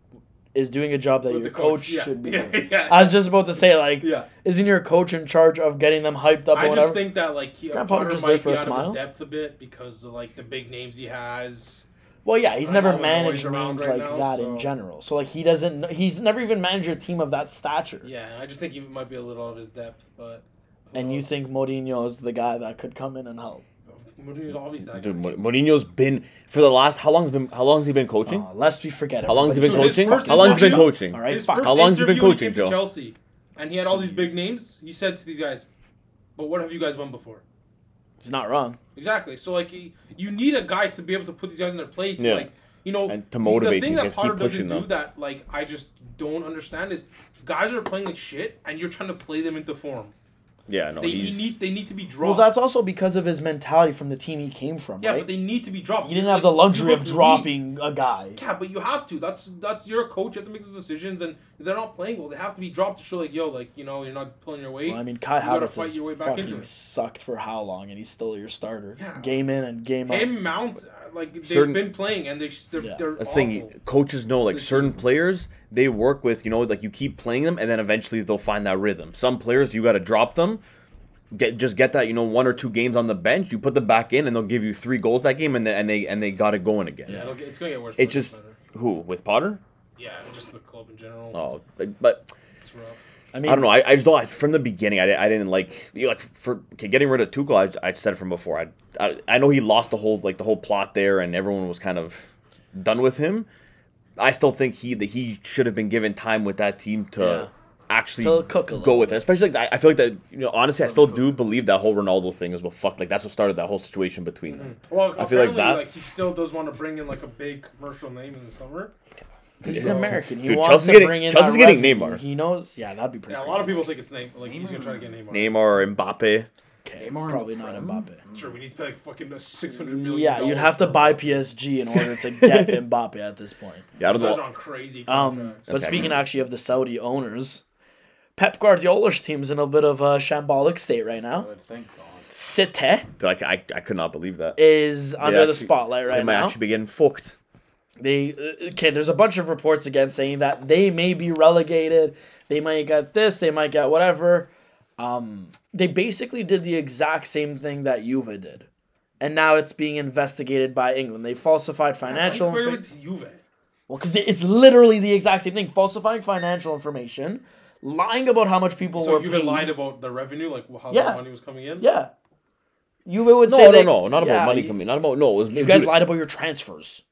[SPEAKER 1] is doing a job that
[SPEAKER 4] with
[SPEAKER 1] your
[SPEAKER 4] the
[SPEAKER 1] coach,
[SPEAKER 4] Yeah,
[SPEAKER 1] should
[SPEAKER 4] [laughs]
[SPEAKER 1] be.
[SPEAKER 4] Yeah,
[SPEAKER 1] doing.
[SPEAKER 4] yeah.
[SPEAKER 1] I was just about to say like,
[SPEAKER 4] yeah.
[SPEAKER 1] isn't your coach in charge of getting them hyped up
[SPEAKER 4] I
[SPEAKER 1] or whatever?
[SPEAKER 4] just think that like he,
[SPEAKER 1] Grandpa
[SPEAKER 4] Potter
[SPEAKER 1] just
[SPEAKER 4] might
[SPEAKER 1] there for
[SPEAKER 4] be
[SPEAKER 1] a
[SPEAKER 4] out
[SPEAKER 1] smile.
[SPEAKER 4] of his depth a bit because of like the big names he has.
[SPEAKER 1] well, yeah, he's
[SPEAKER 4] I
[SPEAKER 1] never
[SPEAKER 4] know, I know
[SPEAKER 1] managed
[SPEAKER 4] he's around
[SPEAKER 1] names
[SPEAKER 4] right
[SPEAKER 1] like
[SPEAKER 4] now,
[SPEAKER 1] that in
[SPEAKER 4] so-
[SPEAKER 1] general. So like he doesn't. kn- He's never even managed a team of that stature.
[SPEAKER 4] Yeah, I just think he might be a little out of his depth, but. who
[SPEAKER 1] And you
[SPEAKER 4] knows?
[SPEAKER 1] think Mourinho is the guy that could come in and help?
[SPEAKER 4] Mourinho's always that
[SPEAKER 2] Dude,
[SPEAKER 4] guy.
[SPEAKER 2] Mou- Mourinho's been for the last how long has been how long has he been coaching?
[SPEAKER 1] Uh, lest we forget.
[SPEAKER 2] Hmm? how long has he been
[SPEAKER 1] everybody's
[SPEAKER 4] So his
[SPEAKER 2] coaching?
[SPEAKER 4] first
[SPEAKER 2] How long has he been
[SPEAKER 4] interview-
[SPEAKER 2] coaching?
[SPEAKER 1] All right,
[SPEAKER 4] His
[SPEAKER 1] fuck.
[SPEAKER 4] first
[SPEAKER 2] How long has he been
[SPEAKER 4] interview when he
[SPEAKER 2] coaching,
[SPEAKER 4] came to
[SPEAKER 2] Joe?
[SPEAKER 4] Chelsea, and he had all these big names. He said to these guys, "But what have you guys won before?"
[SPEAKER 1] He's not wrong.
[SPEAKER 4] Exactly. So like, he, you need a guy to be able to put these guys in their place.
[SPEAKER 2] Yeah.
[SPEAKER 4] Like, you know,
[SPEAKER 2] And to motivate
[SPEAKER 4] The thing
[SPEAKER 2] these guys,
[SPEAKER 4] that
[SPEAKER 2] keep
[SPEAKER 4] Potter doesn't
[SPEAKER 2] pushing
[SPEAKER 4] do
[SPEAKER 2] them.
[SPEAKER 4] that, like, I just don't understand is guys are playing like shit, and you're trying to play them into form.
[SPEAKER 2] Yeah, no,
[SPEAKER 4] They
[SPEAKER 2] Oh, he's
[SPEAKER 4] need they need to be
[SPEAKER 1] Well,
[SPEAKER 4] dropped.
[SPEAKER 1] that's also because of his mentality from the team he came from,
[SPEAKER 4] yeah,
[SPEAKER 1] right?
[SPEAKER 4] but they need to be dropped.
[SPEAKER 1] he didn't
[SPEAKER 4] Like,
[SPEAKER 1] have the luxury
[SPEAKER 4] you
[SPEAKER 1] of
[SPEAKER 4] look weak.
[SPEAKER 1] dropping a guy.
[SPEAKER 4] Yeah, but you have to. That's that's your coach. You have to make those decisions, and if they're not playing well. They have to be dropped to show like, yo, like you know, you're not pulling your weight.
[SPEAKER 1] Well, I mean, Kai
[SPEAKER 4] You gotta
[SPEAKER 1] Havertz
[SPEAKER 4] fight
[SPEAKER 1] has
[SPEAKER 4] your way back into
[SPEAKER 1] fucking
[SPEAKER 4] it.
[SPEAKER 1] sucked for how long, and he's still your starter,
[SPEAKER 4] Yeah.
[SPEAKER 1] game in and game out.
[SPEAKER 4] Him Mount, uh, like they've
[SPEAKER 2] Certain-
[SPEAKER 4] been playing, and they sh- they're,
[SPEAKER 1] Yeah.
[SPEAKER 4] they're
[SPEAKER 2] That's the
[SPEAKER 4] awful.
[SPEAKER 2] thing. Coaches know like
[SPEAKER 4] Listen.
[SPEAKER 2] certain players they work with. You know, like you keep playing them, and then eventually they'll find that rhythm. Some players you got to drop them. Get just get that you know one or two games on the bench. You put them back in, and they'll give you three goals that game, and they, and they and they got it going again.
[SPEAKER 4] Yeah, it'll get, it's gonna get worse.
[SPEAKER 2] It's
[SPEAKER 4] before
[SPEAKER 2] just
[SPEAKER 4] better.
[SPEAKER 2] who with Potter.
[SPEAKER 4] yeah, just the club in general.
[SPEAKER 2] Oh, but- but
[SPEAKER 4] It's rough.
[SPEAKER 1] I mean,
[SPEAKER 2] I don't know. I, I just don't. I, from the beginning, I, di- I didn't like you know, like for okay, getting rid of Tuchel. I, I said from before. I, I I know he lost the whole like the whole plot there, and everyone was kind of done with him. I still think he that he should have been given time with that team to
[SPEAKER 1] Yeah.
[SPEAKER 2] actually
[SPEAKER 1] To cook a
[SPEAKER 2] go
[SPEAKER 1] little
[SPEAKER 2] with it. Especially like I, I feel like that. You know, honestly, I still do believe that whole Ronaldo thing is what fuck. Like that's what started that whole situation between them.
[SPEAKER 4] Well,
[SPEAKER 2] like
[SPEAKER 4] I feel like
[SPEAKER 2] that-
[SPEAKER 4] Like he still does want to bring in like a big commercial name in the summer.
[SPEAKER 1] because he's
[SPEAKER 4] Yeah.
[SPEAKER 1] American. He
[SPEAKER 2] Dude,
[SPEAKER 1] wants
[SPEAKER 2] Chelsea's
[SPEAKER 1] to
[SPEAKER 2] getting-
[SPEAKER 1] bring in
[SPEAKER 2] Chelsea's
[SPEAKER 1] that
[SPEAKER 2] getting
[SPEAKER 1] revenue.
[SPEAKER 2] Neymar.
[SPEAKER 1] He knows. Yeah, that'd be pretty.
[SPEAKER 4] Yeah, a
[SPEAKER 1] crazy.
[SPEAKER 4] lot of people think it's name. Like he's gonna try to get Neymar.
[SPEAKER 2] Neymar or Mbappe.
[SPEAKER 1] Okay,
[SPEAKER 3] Neymar
[SPEAKER 1] probably
[SPEAKER 3] and
[SPEAKER 1] not
[SPEAKER 3] Prem?
[SPEAKER 1] Mbappe.
[SPEAKER 4] Sure, we need to pay like fucking a six hundred million.
[SPEAKER 1] Yeah, you'd have to buy PSG in
[SPEAKER 4] [laughs]
[SPEAKER 1] order to get Mbappe at this point.
[SPEAKER 2] Yeah, I don't
[SPEAKER 4] Those guys are
[SPEAKER 2] know.
[SPEAKER 4] on crazy.
[SPEAKER 1] Um,
[SPEAKER 4] contracts.
[SPEAKER 1] but
[SPEAKER 2] Okay.
[SPEAKER 1] speaking actually of the Saudi owners, Pep Guardiola's team's in a bit of a shambolic state right now.
[SPEAKER 3] Good, thank God.
[SPEAKER 1] City
[SPEAKER 2] Dude, I, ca- I, I could not believe that.
[SPEAKER 1] is under the
[SPEAKER 2] actually-
[SPEAKER 1] spotlight
[SPEAKER 2] They
[SPEAKER 1] right
[SPEAKER 2] might
[SPEAKER 1] now.
[SPEAKER 2] actually be getting fucked.
[SPEAKER 1] They uh, okay. There's a bunch of reports again saying that they may be relegated. They might get this. They might get whatever. Um, they basically did the exact same thing that Juve did, and now it's being investigated by England. They falsified financial.
[SPEAKER 4] Why
[SPEAKER 1] infor-
[SPEAKER 4] with Juve.
[SPEAKER 1] Well, because it's literally the exact same thing: falsifying financial information, lying about how much people
[SPEAKER 4] So
[SPEAKER 1] were
[SPEAKER 4] Juve
[SPEAKER 1] paid.
[SPEAKER 4] lied about the revenue, like how
[SPEAKER 1] Yeah.
[SPEAKER 4] the money was coming in.
[SPEAKER 1] yeah, Juve would say
[SPEAKER 2] No, no,
[SPEAKER 1] they-
[SPEAKER 2] no, not about
[SPEAKER 1] Yeah,
[SPEAKER 2] money
[SPEAKER 1] you-
[SPEAKER 2] coming. Not about no. It was,
[SPEAKER 1] You guys lied about your transfers.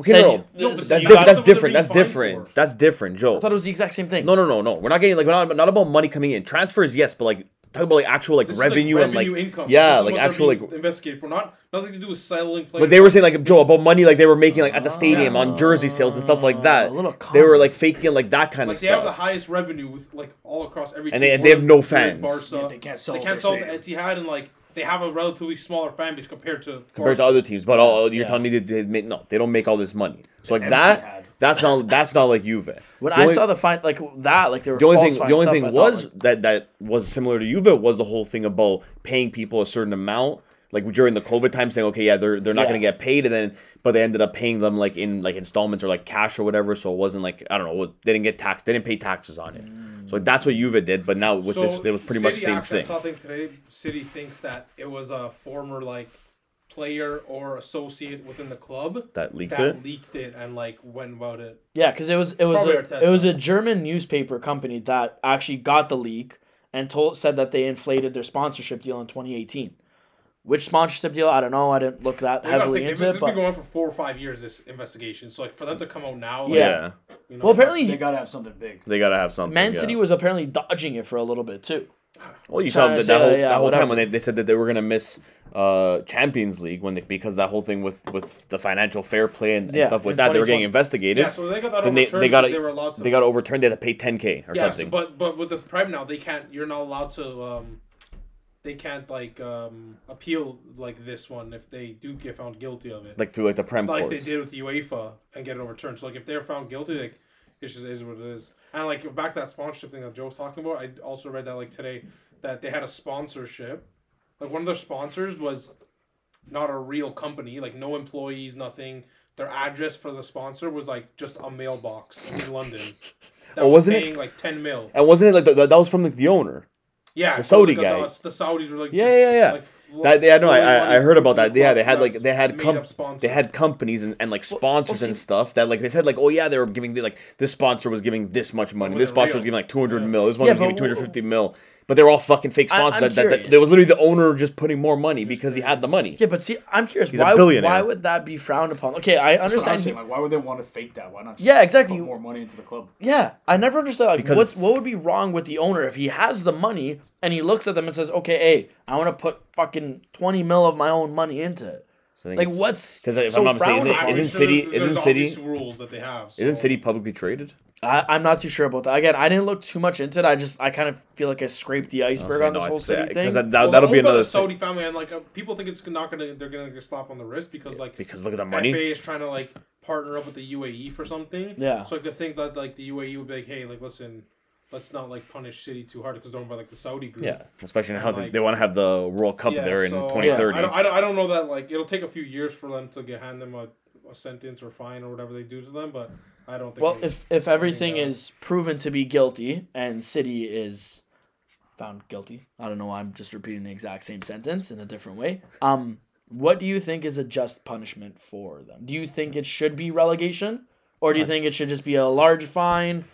[SPEAKER 2] Okay,
[SPEAKER 1] Said
[SPEAKER 2] no,
[SPEAKER 1] you-
[SPEAKER 2] no.
[SPEAKER 4] No, but
[SPEAKER 2] That's,
[SPEAKER 4] you
[SPEAKER 2] diff-
[SPEAKER 4] got
[SPEAKER 2] that's
[SPEAKER 4] someone to
[SPEAKER 2] different.
[SPEAKER 4] be
[SPEAKER 2] That's
[SPEAKER 4] fined
[SPEAKER 2] different.
[SPEAKER 4] for.
[SPEAKER 2] That's
[SPEAKER 1] I
[SPEAKER 2] different,
[SPEAKER 1] thought it
[SPEAKER 2] Joe.
[SPEAKER 1] was the exact same thing.
[SPEAKER 2] No, no, no, no. We're not getting like we're not not about money coming in. Transfers, yes, but like talking about like actual like
[SPEAKER 4] This is,
[SPEAKER 2] revenue,
[SPEAKER 4] revenue
[SPEAKER 2] and like
[SPEAKER 4] income.
[SPEAKER 2] yeah,
[SPEAKER 4] This
[SPEAKER 2] like
[SPEAKER 4] is what they're
[SPEAKER 2] actual
[SPEAKER 4] being
[SPEAKER 2] like.
[SPEAKER 4] investigated for not nothing to do with selling players.
[SPEAKER 2] But they were saying like Joe about money like they were making like at
[SPEAKER 4] Ah.
[SPEAKER 2] the stadium on jersey sales and stuff like that.
[SPEAKER 1] A little
[SPEAKER 2] They were like
[SPEAKER 1] comments.
[SPEAKER 2] faking like that kind
[SPEAKER 4] like
[SPEAKER 2] of
[SPEAKER 4] they
[SPEAKER 2] stuff.
[SPEAKER 4] have the highest revenue with like all across every
[SPEAKER 2] And
[SPEAKER 4] team.
[SPEAKER 2] they- and
[SPEAKER 4] One
[SPEAKER 2] they have
[SPEAKER 4] of
[SPEAKER 2] no
[SPEAKER 4] them,
[SPEAKER 2] fans.
[SPEAKER 4] Barca.
[SPEAKER 3] Yeah, they can't sell
[SPEAKER 4] They
[SPEAKER 3] at
[SPEAKER 4] can't
[SPEAKER 3] their
[SPEAKER 4] sell to
[SPEAKER 3] stadium.
[SPEAKER 4] Etihad, and like they have a relatively smaller fan base compared to
[SPEAKER 2] compared to
[SPEAKER 4] Barca.
[SPEAKER 2] other teams. But all, you're
[SPEAKER 1] Yeah.
[SPEAKER 2] telling me that they make no, they don't make all this money. So like
[SPEAKER 3] Empty
[SPEAKER 2] that,
[SPEAKER 3] had.
[SPEAKER 2] that's not that's not like Juve.
[SPEAKER 1] When
[SPEAKER 2] The
[SPEAKER 1] I
[SPEAKER 2] only-
[SPEAKER 1] saw the fine like that, like they were
[SPEAKER 2] the only
[SPEAKER 1] false
[SPEAKER 2] thing
[SPEAKER 1] fine
[SPEAKER 2] the only
[SPEAKER 1] stuff, I
[SPEAKER 2] thing
[SPEAKER 1] thought,
[SPEAKER 2] was
[SPEAKER 1] like,
[SPEAKER 2] that that was similar to Juve was the whole thing about paying people a certain amount. Like during the COVID time, saying okay, yeah, they're they're not
[SPEAKER 1] Yeah.
[SPEAKER 2] gonna get paid, and then but they ended up paying them like in like installments or like cash or whatever. So it wasn't like I don't know, they didn't get taxed, they didn't pay taxes on it. So
[SPEAKER 1] Mm.
[SPEAKER 2] that's what Juve did, but now with
[SPEAKER 4] So,
[SPEAKER 2] this, it was pretty much the
[SPEAKER 4] City
[SPEAKER 2] same
[SPEAKER 4] actually- I
[SPEAKER 2] thing.
[SPEAKER 4] saw a thing today. City thinks that it was a former like player or associate within the club
[SPEAKER 2] That leaked
[SPEAKER 4] that
[SPEAKER 2] it.
[SPEAKER 4] leaked it and like went about it.
[SPEAKER 1] yeah, because it was it was
[SPEAKER 4] Probably
[SPEAKER 1] a,
[SPEAKER 4] Arteta.
[SPEAKER 1] it was a German newspaper company that actually got the leak and told said that they inflated their sponsorship deal in 2018. Which sponsorship deal? I don't know. I didn't look that
[SPEAKER 4] You gotta
[SPEAKER 1] heavily
[SPEAKER 4] think, if
[SPEAKER 1] into
[SPEAKER 4] this
[SPEAKER 1] it,
[SPEAKER 4] has been
[SPEAKER 1] but
[SPEAKER 4] going on for four or five years, this investigation. So like for them to come out now, like,
[SPEAKER 1] Yeah.
[SPEAKER 4] you know,
[SPEAKER 1] well,
[SPEAKER 3] They
[SPEAKER 1] apparently
[SPEAKER 3] gotta have something big.
[SPEAKER 2] they gotta have something.
[SPEAKER 1] Man
[SPEAKER 2] yeah.
[SPEAKER 1] City was apparently dodging it for a little bit too.
[SPEAKER 2] Well, you saw
[SPEAKER 1] trying
[SPEAKER 2] that,
[SPEAKER 1] to
[SPEAKER 2] that
[SPEAKER 1] say
[SPEAKER 2] whole,
[SPEAKER 1] that, yeah,
[SPEAKER 2] that whole
[SPEAKER 1] whatever.
[SPEAKER 2] time when they, they said that they were gonna miss uh, Champions League when they, because that whole thing with, with the financial fair play and, and
[SPEAKER 1] Yeah,
[SPEAKER 2] stuff with
[SPEAKER 1] in
[SPEAKER 2] that they were getting
[SPEAKER 4] 2020.
[SPEAKER 2] investigated.
[SPEAKER 4] yeah. So they got that
[SPEAKER 2] then they,
[SPEAKER 4] overturned.
[SPEAKER 2] they got
[SPEAKER 4] because they were allowed to.
[SPEAKER 2] they got overturned. They had to pay 10k or
[SPEAKER 4] yes,
[SPEAKER 2] something.
[SPEAKER 4] but but with the prem now, they can't. You're not allowed to. um They can't like um appeal like this one if they do get found guilty of it.
[SPEAKER 2] like through like the prem
[SPEAKER 4] like
[SPEAKER 2] courts.
[SPEAKER 4] they did with UEFA and get it overturned. So like if they're found guilty, like it just is what it is. And like back to that sponsorship thing that Joe was talking about, I also read that like today that they had a sponsorship. Like one of their sponsors was not a real company, like no employees, nothing. Their address for the sponsor was like just a mailbox
[SPEAKER 2] [laughs]
[SPEAKER 4] in London. That
[SPEAKER 2] Oh, wasn't it-
[SPEAKER 4] was paying like ten mil.
[SPEAKER 2] And wasn't it like the, the- that was from like the owner?
[SPEAKER 4] Yeah,
[SPEAKER 2] the
[SPEAKER 4] so it was,
[SPEAKER 2] Saudi
[SPEAKER 4] like,
[SPEAKER 2] guy.
[SPEAKER 4] The, the Saudis were like,
[SPEAKER 2] Yeah, yeah, yeah.
[SPEAKER 4] Like,
[SPEAKER 2] That yeah, no, I,
[SPEAKER 4] flowing
[SPEAKER 2] I I
[SPEAKER 4] money
[SPEAKER 2] heard about
[SPEAKER 4] to the
[SPEAKER 2] that. Yeah,
[SPEAKER 4] club
[SPEAKER 2] they had like
[SPEAKER 4] that's
[SPEAKER 2] they had
[SPEAKER 4] made
[SPEAKER 2] com-
[SPEAKER 4] up sponsor.
[SPEAKER 2] they had companies and, and like sponsors
[SPEAKER 1] well,
[SPEAKER 2] and
[SPEAKER 1] see-
[SPEAKER 2] stuff that like they said like oh yeah they were giving the, like this sponsor was giving this much money,
[SPEAKER 4] Wasn't
[SPEAKER 2] this sponsor
[SPEAKER 4] real.
[SPEAKER 2] was giving like 200 mil, this one
[SPEAKER 1] Yeah,
[SPEAKER 2] was giving
[SPEAKER 1] but
[SPEAKER 2] 250 mil, but they were all fucking fake
[SPEAKER 1] I-
[SPEAKER 2] sponsors.
[SPEAKER 1] I'm
[SPEAKER 2] that, that, that,
[SPEAKER 1] curious.
[SPEAKER 2] there was literally the owner just putting more money because he had the money.
[SPEAKER 1] Yeah, but see, I'm curious
[SPEAKER 2] a
[SPEAKER 1] why
[SPEAKER 2] billionaire.
[SPEAKER 1] why would that be frowned upon? Okay, I
[SPEAKER 3] That's what I'm
[SPEAKER 1] understand.
[SPEAKER 3] saying. Like, why would they want to fake that? Why not? Just
[SPEAKER 1] Yeah, exactly.
[SPEAKER 3] Put more money into the club.
[SPEAKER 1] Yeah, I never understood like
[SPEAKER 2] Because
[SPEAKER 1] what's
[SPEAKER 2] it's-
[SPEAKER 1] what would be wrong with the owner if he has the money and he looks at them and says, "Okay, hey, I want to put fucking twenty mil of my own money into it."
[SPEAKER 2] So I think
[SPEAKER 1] Like
[SPEAKER 2] it's-
[SPEAKER 1] what's
[SPEAKER 2] Because if
[SPEAKER 1] so
[SPEAKER 2] I'm not mistaken,
[SPEAKER 1] frowned
[SPEAKER 2] isn't-
[SPEAKER 1] upon?
[SPEAKER 4] I'm
[SPEAKER 2] isn't
[SPEAKER 4] sure
[SPEAKER 2] City-
[SPEAKER 4] there's
[SPEAKER 2] isn't
[SPEAKER 4] obvious
[SPEAKER 2] City-
[SPEAKER 4] rules that they have? so-
[SPEAKER 2] isn't City publicly traded?
[SPEAKER 1] I, I'm not too sure about that. Again, I didn't look too much into it. I just I kind of feel like I scraped the iceberg on this whole city thing.
[SPEAKER 2] Because uh, that, that,
[SPEAKER 4] Well,
[SPEAKER 2] that'll be
[SPEAKER 4] what about
[SPEAKER 2] another
[SPEAKER 4] the
[SPEAKER 2] thing.
[SPEAKER 4] Saudi family and like uh, people think it's not gonna they're gonna get slapped on the wrist because like
[SPEAKER 2] Because look at the
[SPEAKER 4] FA
[SPEAKER 2] money.
[SPEAKER 4] is trying to like partner up with the UAE for something.
[SPEAKER 1] Yeah.
[SPEAKER 4] So like to think that like the UAE would be like, hey, like listen, let's not like punish City too hard because they're owned by like the Saudi group.
[SPEAKER 2] Yeah, especially now
[SPEAKER 4] And,
[SPEAKER 2] they,
[SPEAKER 4] like-
[SPEAKER 2] they want to have the World Cup
[SPEAKER 4] Yeah,
[SPEAKER 2] there in
[SPEAKER 4] so, yeah,
[SPEAKER 2] 2030.
[SPEAKER 4] I, don't, I, don't, I don't know that like it'll take a few years for them to get hand them a, a sentence or fine or whatever they do to them, but I don't think.
[SPEAKER 1] well,
[SPEAKER 4] they-
[SPEAKER 1] if if everything
[SPEAKER 4] Yeah.
[SPEAKER 2] uh,
[SPEAKER 1] is proven to be guilty and City is found guilty, I don't know why I'm just repeating the exact same sentence in a different way. Um, what do you think is a just punishment for them? Do you think it should be relegation, or do you think it should just be a large fine,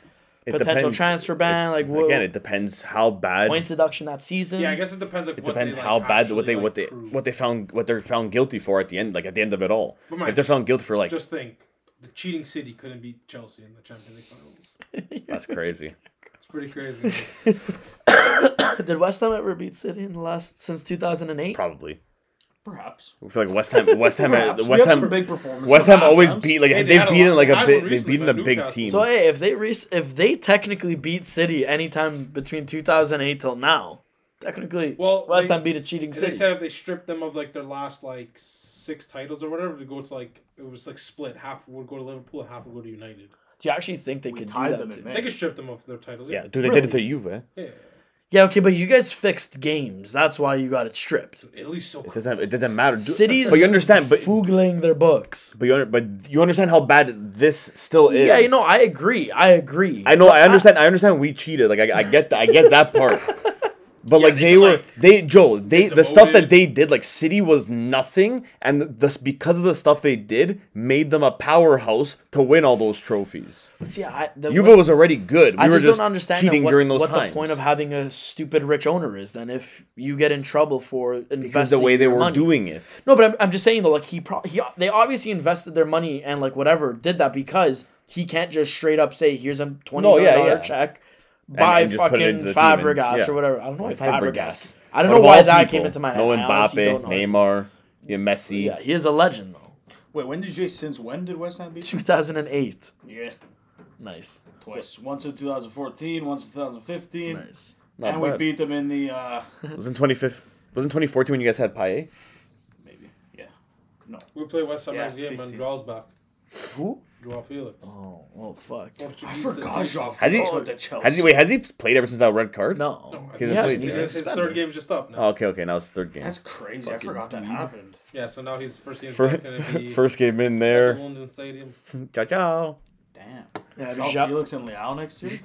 [SPEAKER 2] It
[SPEAKER 1] potential
[SPEAKER 2] depends.
[SPEAKER 1] transfer ban? like what,
[SPEAKER 2] Again, it depends how bad.
[SPEAKER 1] points deduction that season?
[SPEAKER 4] yeah, I guess it depends. Like,
[SPEAKER 2] It
[SPEAKER 4] what
[SPEAKER 2] depends
[SPEAKER 4] they, like,
[SPEAKER 2] how bad what
[SPEAKER 4] actually,
[SPEAKER 2] they what
[SPEAKER 4] like,
[SPEAKER 2] they
[SPEAKER 4] prove.
[SPEAKER 2] what they found what they're found guilty for at the end. Like at the end of it all,
[SPEAKER 4] But Mike,
[SPEAKER 2] if they're
[SPEAKER 4] just-
[SPEAKER 2] found guilty for like
[SPEAKER 4] Just think, the cheating City couldn't beat Chelsea in the Champions League finals. [laughs]
[SPEAKER 2] that's crazy.
[SPEAKER 4] It's pretty crazy.
[SPEAKER 1] Did West Ham ever beat City in the last since 2008?
[SPEAKER 2] Probably,
[SPEAKER 3] Perhaps.
[SPEAKER 2] I feel like West Ham. West Ham.
[SPEAKER 3] Perhaps. we
[SPEAKER 2] West
[SPEAKER 3] have some
[SPEAKER 2] Ham.
[SPEAKER 3] big performances.
[SPEAKER 2] West Ham
[SPEAKER 3] sometimes.
[SPEAKER 2] always beat like
[SPEAKER 4] Hey, they
[SPEAKER 2] they've
[SPEAKER 4] had a
[SPEAKER 2] beaten
[SPEAKER 4] lot-
[SPEAKER 2] like
[SPEAKER 4] they
[SPEAKER 2] a
[SPEAKER 4] had
[SPEAKER 2] big
[SPEAKER 4] one
[SPEAKER 2] they've
[SPEAKER 4] recently
[SPEAKER 2] beaten a
[SPEAKER 4] by
[SPEAKER 2] big
[SPEAKER 4] uh, Newcastle.
[SPEAKER 2] team.
[SPEAKER 1] So hey, if they re- if they technically beat City anytime between 2008 till now, technically
[SPEAKER 4] Well,
[SPEAKER 1] West
[SPEAKER 4] they-
[SPEAKER 1] Ham beat a cheating
[SPEAKER 4] [laughs] they
[SPEAKER 1] City.
[SPEAKER 4] said if they stripped them of like their last like six titles or whatever, to go to like it was like split. Half would go to Liverpool, and half would go to United.
[SPEAKER 1] Do you actually think they
[SPEAKER 3] We
[SPEAKER 1] could do
[SPEAKER 3] tied
[SPEAKER 1] that?
[SPEAKER 3] them in
[SPEAKER 1] too?
[SPEAKER 3] May.
[SPEAKER 4] They could strip them of their titles.
[SPEAKER 2] yeah, dude, they did it to Juve.
[SPEAKER 4] Yeah.
[SPEAKER 1] Yeah, okay, but you guys fixed games. That's why you got it stripped.
[SPEAKER 4] At least so.
[SPEAKER 2] It doesn't. It doesn't matter. Dude,
[SPEAKER 1] Cities
[SPEAKER 2] but you understand. But
[SPEAKER 1] Foogling their books.
[SPEAKER 2] but you under, but you understand how bad this still is.
[SPEAKER 1] Yeah, you know, I agree. I agree.
[SPEAKER 2] I know. I understand. I understand. We cheated. Like I, I get. that. I get that part.
[SPEAKER 1] [laughs]
[SPEAKER 2] But like
[SPEAKER 4] they
[SPEAKER 2] they,
[SPEAKER 4] could,
[SPEAKER 2] were,
[SPEAKER 4] like,
[SPEAKER 2] they Joel, they
[SPEAKER 4] get
[SPEAKER 2] the stuff that
[SPEAKER 4] demoted.
[SPEAKER 2] they did, like City was nothing, and th- this because of the stuff they did made them a powerhouse to win all those trophies.
[SPEAKER 1] See, I, the,
[SPEAKER 2] Juve
[SPEAKER 1] what-
[SPEAKER 2] was already good. We
[SPEAKER 1] I
[SPEAKER 2] were
[SPEAKER 1] just
[SPEAKER 2] just
[SPEAKER 1] don't understand
[SPEAKER 2] cheating
[SPEAKER 1] what,
[SPEAKER 2] during those
[SPEAKER 1] what
[SPEAKER 2] times.
[SPEAKER 1] the point of having a stupid rich owner is. Then if you get in trouble for investing
[SPEAKER 2] because the way they
[SPEAKER 1] your
[SPEAKER 2] were
[SPEAKER 1] money.
[SPEAKER 2] doing it.
[SPEAKER 1] No, but I'm, I'm just saying though, like he pro- he they obviously invested their money and like whatever did that because he can't just straight up say here's a twenty
[SPEAKER 2] No,
[SPEAKER 1] million
[SPEAKER 2] yeah,
[SPEAKER 1] dollar
[SPEAKER 2] yeah.
[SPEAKER 1] check. by
[SPEAKER 2] and just put it
[SPEAKER 1] fucking
[SPEAKER 2] into the team and-
[SPEAKER 1] Fabregas
[SPEAKER 2] yeah.
[SPEAKER 1] or whatever. I don't know why Fabregas.
[SPEAKER 2] Fabregas.
[SPEAKER 1] I don't
[SPEAKER 2] Out
[SPEAKER 1] know
[SPEAKER 2] of
[SPEAKER 1] why
[SPEAKER 2] all
[SPEAKER 1] that
[SPEAKER 2] people,
[SPEAKER 1] came into my head.
[SPEAKER 2] No
[SPEAKER 1] I honestly
[SPEAKER 2] Mbappe,
[SPEAKER 1] don't know.
[SPEAKER 2] Neymar, yeah, Messi.
[SPEAKER 1] Yeah, he is a legend though.
[SPEAKER 3] Wait, when did you say since when did West Ham beat?
[SPEAKER 2] [laughs]
[SPEAKER 3] you?
[SPEAKER 1] 2008.
[SPEAKER 3] Yeah,
[SPEAKER 1] Nice,
[SPEAKER 3] twice. Once in 2014, once in 2015,
[SPEAKER 1] nice.
[SPEAKER 2] Not
[SPEAKER 3] and we
[SPEAKER 2] bad.
[SPEAKER 3] beat them in the uh,
[SPEAKER 2] Wasn't twenty fifth? Wasn't twenty fourteen when you guys had Paye?
[SPEAKER 3] maybe. Yeah,
[SPEAKER 4] We play West Ham
[SPEAKER 3] Yeah,
[SPEAKER 4] next game and
[SPEAKER 3] 15.
[SPEAKER 4] draws back.
[SPEAKER 1] Who?
[SPEAKER 4] Joao Felix.
[SPEAKER 1] Oh, oh fuck.
[SPEAKER 3] I
[SPEAKER 4] Portuguese
[SPEAKER 3] forgot.
[SPEAKER 4] citizen.
[SPEAKER 3] Joao
[SPEAKER 2] Has he-
[SPEAKER 3] Felix went to Chelsea.
[SPEAKER 2] Has he? Wait, has he played ever since that red card?
[SPEAKER 1] No.
[SPEAKER 4] No, I
[SPEAKER 2] He's
[SPEAKER 4] think
[SPEAKER 2] a
[SPEAKER 4] he's-
[SPEAKER 2] bleeder.
[SPEAKER 4] he's- his third game just up now.
[SPEAKER 2] Oh, okay, okay. Now it's third game.
[SPEAKER 3] That's crazy. I
[SPEAKER 1] Fucking
[SPEAKER 3] forgot that
[SPEAKER 1] dude.
[SPEAKER 3] happened.
[SPEAKER 4] Yeah, so now he's first game
[SPEAKER 2] Fir- [laughs]
[SPEAKER 4] back and it'd be
[SPEAKER 2] First game in
[SPEAKER 4] at the
[SPEAKER 2] there.
[SPEAKER 4] London Stadium.
[SPEAKER 2] [laughs] Ciao, ciao.
[SPEAKER 3] Damn.
[SPEAKER 1] Yeah,
[SPEAKER 3] Joao
[SPEAKER 1] Joao-
[SPEAKER 3] Felix and Leao next year.